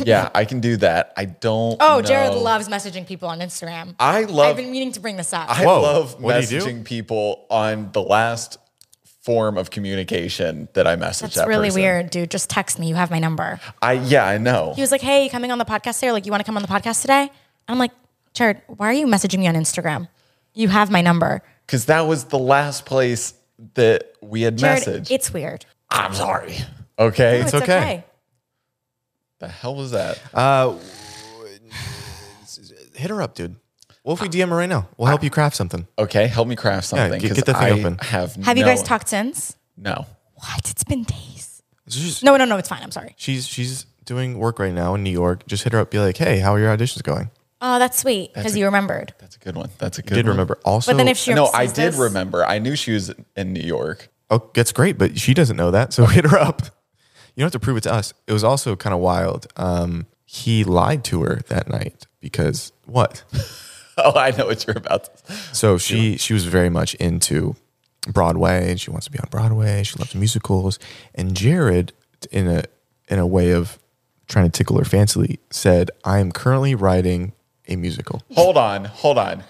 [SPEAKER 2] yeah, I can do that. I don't.
[SPEAKER 3] Oh, Jared
[SPEAKER 2] know.
[SPEAKER 3] loves messaging people on Instagram.
[SPEAKER 2] I
[SPEAKER 3] I've
[SPEAKER 2] love.
[SPEAKER 3] been meaning to bring this up.
[SPEAKER 2] I
[SPEAKER 1] Whoa,
[SPEAKER 2] love
[SPEAKER 1] what do you do?
[SPEAKER 2] messaging people on the last form of communication that I message.
[SPEAKER 3] That's
[SPEAKER 2] that
[SPEAKER 3] really
[SPEAKER 2] person.
[SPEAKER 3] weird, dude. Just text me. You have my number.
[SPEAKER 2] I yeah, I know.
[SPEAKER 3] He was like, "Hey, you coming on the podcast today? Or, Like, you want to come on the podcast today?" I'm like, "Jared, why are you messaging me on Instagram? You have my number."
[SPEAKER 2] Because that was the last place that we had
[SPEAKER 3] Jared,
[SPEAKER 2] messaged.
[SPEAKER 3] it's weird.
[SPEAKER 2] I'm sorry. Okay.
[SPEAKER 3] No,
[SPEAKER 2] What
[SPEAKER 1] okay.
[SPEAKER 2] the hell was that?
[SPEAKER 1] Uh, hit her up, dude. What if
[SPEAKER 3] Uh,
[SPEAKER 1] we DM her right now? We'll help you craft something.
[SPEAKER 2] Okay, help me craft
[SPEAKER 1] Yeah,
[SPEAKER 2] something.
[SPEAKER 1] get-
[SPEAKER 2] 'cause
[SPEAKER 1] get the thing
[SPEAKER 2] I
[SPEAKER 1] open.
[SPEAKER 2] Have,
[SPEAKER 3] Have you
[SPEAKER 2] no-
[SPEAKER 3] guys talked since?
[SPEAKER 2] No.
[SPEAKER 3] What? It's been days.
[SPEAKER 1] She's,
[SPEAKER 3] No, no, no. It's fine. I'm sorry.
[SPEAKER 1] she's she's doing work right now in New York. Just hit her up. Be like, hey, how are your auditions going?
[SPEAKER 3] Oh, that's sweet because you remembered.
[SPEAKER 2] That's a good one. That's a good.
[SPEAKER 1] Did
[SPEAKER 2] one.
[SPEAKER 1] remember also?
[SPEAKER 3] But then if she
[SPEAKER 2] No, I
[SPEAKER 3] sees
[SPEAKER 2] did
[SPEAKER 3] this-
[SPEAKER 2] remember. I knew she was in New York.
[SPEAKER 1] Oh, that's great, but she doesn't know that. So hit her up. You don't have to prove it to us. It was also kind of wild. Um, he lied to her that night because what?
[SPEAKER 2] Oh, I know what you're about. to
[SPEAKER 1] So she she was very much into Broadway and she wants to be on Broadway. She loves musicals. And Jared, in a in a way of trying to tickle her fancy, said, "I am currently writing a musical."
[SPEAKER 2] Hold on, hold on.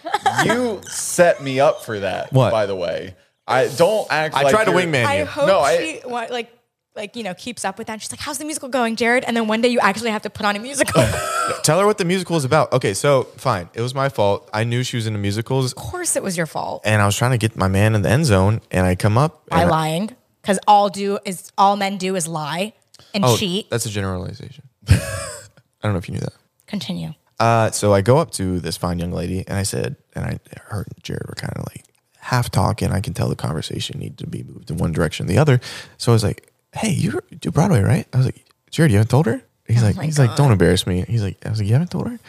[SPEAKER 2] You set me up for that.
[SPEAKER 1] What?
[SPEAKER 2] By the way, I don't act.
[SPEAKER 1] I
[SPEAKER 2] like
[SPEAKER 1] tried to
[SPEAKER 2] you're-
[SPEAKER 1] wingman
[SPEAKER 3] I
[SPEAKER 1] you.
[SPEAKER 3] hope
[SPEAKER 2] No, I-
[SPEAKER 3] she wa- like like you know keeps up with that. And she's like, "How's the musical going, Jared?" And then one day you actually have to put on a musical. of
[SPEAKER 1] Tell her what the musical is about. Okay, so fine. It was my fault. I knew she was into musicals.
[SPEAKER 3] course, it was your fault
[SPEAKER 1] and I was trying to get my man in the end zone, and I come up.
[SPEAKER 3] by
[SPEAKER 1] and I-
[SPEAKER 3] lying because all do is all men do is lie and
[SPEAKER 1] Oh,
[SPEAKER 3] cheat.
[SPEAKER 1] That's a generalization. I don't know if you knew that.
[SPEAKER 3] Continue.
[SPEAKER 1] Uh, so I go up to this fine young lady, and I said, and I her and Jared were kind of like half talking. I can tell the conversation needed to be moved in one direction or the other. So I was like, "Hey, you do Broadway, right?" I was like, "Jared, you haven't told her." He's like,
[SPEAKER 3] my
[SPEAKER 1] he's like, "Don't embarrass me." He's like, "I was like, you haven't told her."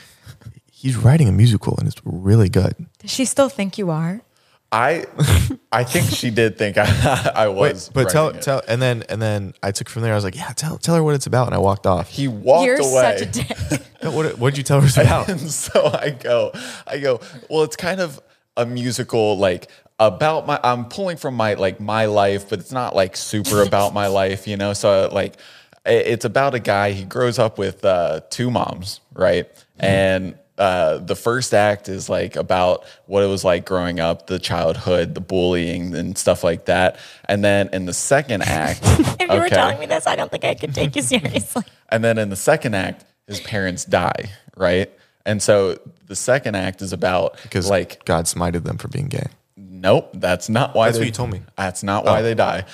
[SPEAKER 1] He's writing a musical, and it's really good.
[SPEAKER 3] Does she still think you are?
[SPEAKER 2] I, I think she did think I, I was.
[SPEAKER 1] But tell
[SPEAKER 2] writing it.
[SPEAKER 1] tell, and then and then I took from there. I was like, "Yeah, tell tell her what it's about." And I walked off.
[SPEAKER 2] He walked
[SPEAKER 3] You're
[SPEAKER 2] away.
[SPEAKER 3] such a dick.
[SPEAKER 1] What what did you tell her it's about?
[SPEAKER 2] And so I go, I go, well, it's kind of a musical, like about my, I'm pulling from my, like my life, but it's not like super about my life, you know? So like, i- it's about a guy, he grows up with uh, two moms, right?
[SPEAKER 3] Mm-hmm.
[SPEAKER 2] And uh, the first act is like about what it was like growing up, the childhood, the bullying, and stuff like that. And then in the second act,
[SPEAKER 3] If you were telling me this, I don't think I could take you seriously.
[SPEAKER 2] and then in the second act, his parents die, right? And so the second act is about
[SPEAKER 1] because
[SPEAKER 2] like,
[SPEAKER 1] like God smited them for being gay.
[SPEAKER 2] nope, that's not why.
[SPEAKER 1] That's
[SPEAKER 2] they,
[SPEAKER 1] what you told me. Oh.
[SPEAKER 2] That's not why they die.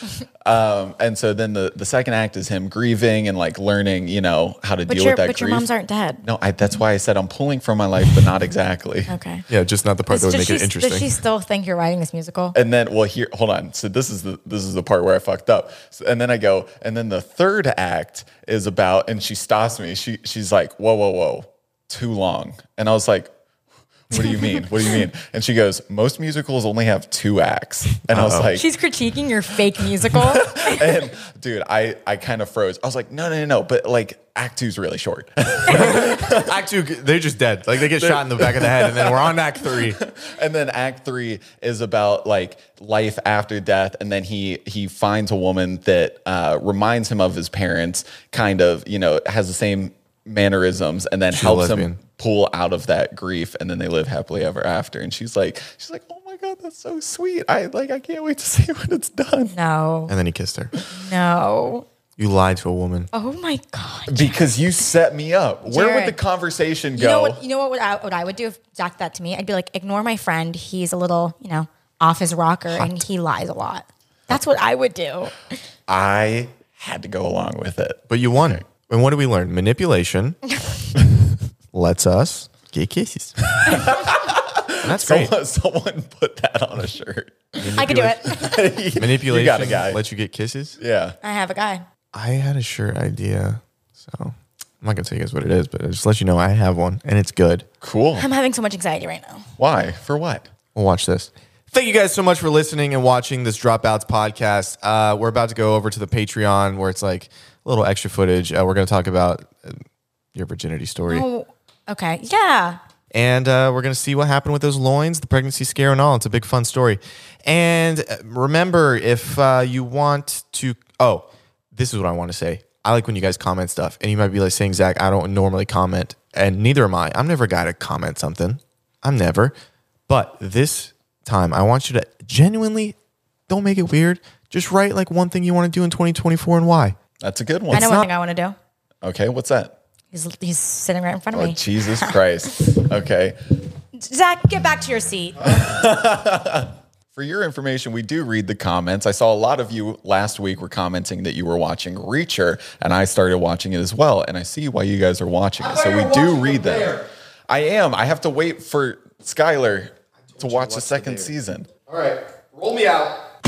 [SPEAKER 2] Um, and so then the the second act is him grieving and like learning, you know, how to
[SPEAKER 3] But
[SPEAKER 2] deal
[SPEAKER 3] your
[SPEAKER 2] with that
[SPEAKER 3] but your
[SPEAKER 2] grief.
[SPEAKER 3] moms aren't dead.
[SPEAKER 2] no, I, that's why I said I'm pulling from my life, but not exactly.
[SPEAKER 3] Okay.
[SPEAKER 1] Yeah, just not the part
[SPEAKER 3] Does,
[SPEAKER 1] that would
[SPEAKER 3] does
[SPEAKER 1] make
[SPEAKER 3] she,
[SPEAKER 1] it interesting.
[SPEAKER 3] does she still think you're writing this musical?
[SPEAKER 2] And then, well, here, hold on. So this is the this is the part where I fucked up. So, and then I go, and then the third act is about, and she stops me. She she's like, whoa, whoa, whoa, too long. And I was like, what do you mean? What do you mean? And she goes, most musicals only have two acts. And I was like,
[SPEAKER 3] She's critiquing your fake musical.
[SPEAKER 2] and dude, I I kind of froze. I was like, no, no, no, no. But like, act two's really short.
[SPEAKER 1] act two, they're just dead. Like they get shot in the back of the head, and then we're on act three.
[SPEAKER 2] and then act three is about like life after death and then he he finds a woman that uh, reminds him of his parents kind of you know has the same mannerisms and then
[SPEAKER 1] a
[SPEAKER 2] helps him
[SPEAKER 1] lesbian.
[SPEAKER 2] pull out of that grief and then they live happily ever after and she's like she's like oh my god that's so sweet i like i can't wait to see when it's done
[SPEAKER 3] no,
[SPEAKER 1] And then he kissed her.
[SPEAKER 3] no.
[SPEAKER 1] You lied to a woman.
[SPEAKER 3] Oh my god.
[SPEAKER 2] because you set me up where would
[SPEAKER 3] Jared.
[SPEAKER 2] the conversation
[SPEAKER 3] You know
[SPEAKER 2] go
[SPEAKER 3] what? You know what? Would I, what I would do if Zach did that to me? I'd be like, ignore my friend. He's a little, you know, off his rocker, and he lies a lot. That's what I would do.
[SPEAKER 2] i had to go along with it
[SPEAKER 1] But you won. And what did we learn? Manipulation lets us get kisses. And that's great.
[SPEAKER 2] someone, someone put that on a shirt
[SPEAKER 3] I could do it.
[SPEAKER 1] Manipulation
[SPEAKER 2] you got a guy
[SPEAKER 1] lets you get kisses.
[SPEAKER 2] yeah
[SPEAKER 3] I have a guy.
[SPEAKER 1] I had a shirt idea, so I'm not gonna tell you guys what it is, but I just let you know I have one, and it's good.
[SPEAKER 2] cool
[SPEAKER 3] I'm having so much anxiety right now.
[SPEAKER 2] Why? For what?
[SPEAKER 1] We'll watch this. Thank you guys so much for listening and watching this Dropouts podcast. Uh, we're about to go over to the Patreon where it's like a little extra footage. Uh, we're going to talk about uh, your virginity story.
[SPEAKER 3] Oh, okay. Yeah.
[SPEAKER 1] And uh, we're going to see what happened with those loins, the pregnancy scare, and all. It's a big, fun story. And uh, remember, if uh, you want to, oh, this is what I want to say. I like when you guys comment stuff, and you might be like saying, Zach, I don't normally comment, and neither am I. I'm never a guy to comment something. I'm never. But this time, I want you to genuinely don't make it weird. Just write like one thing you want to do in 2024 and why.
[SPEAKER 2] That's a good
[SPEAKER 3] I
[SPEAKER 2] one.
[SPEAKER 3] know one thing I want to do.
[SPEAKER 2] Okay, what's that?
[SPEAKER 3] He's, he's sitting right in front of
[SPEAKER 2] Oh,
[SPEAKER 3] me.
[SPEAKER 2] Jesus Christ. Okay.
[SPEAKER 3] Zach, get back to your seat.
[SPEAKER 2] For your information, we do read the comments. I saw a lot of you last week were commenting that you were watching Reacher, and I started watching it as well. And I see why you guys are watching it. So we do read them. I am. I have to wait for Skylar to watch the second season.
[SPEAKER 5] All right, roll me out.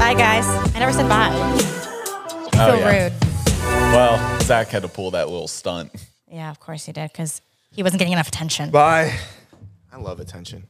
[SPEAKER 3] Bye, guys. I never said bye. I
[SPEAKER 2] Oh,
[SPEAKER 3] feel
[SPEAKER 2] yeah.
[SPEAKER 3] rude.
[SPEAKER 2] Well, Zach had to pull that little stunt.
[SPEAKER 3] Yeah, of course he did because he wasn't getting enough attention.
[SPEAKER 5] Bye.
[SPEAKER 1] I love attention.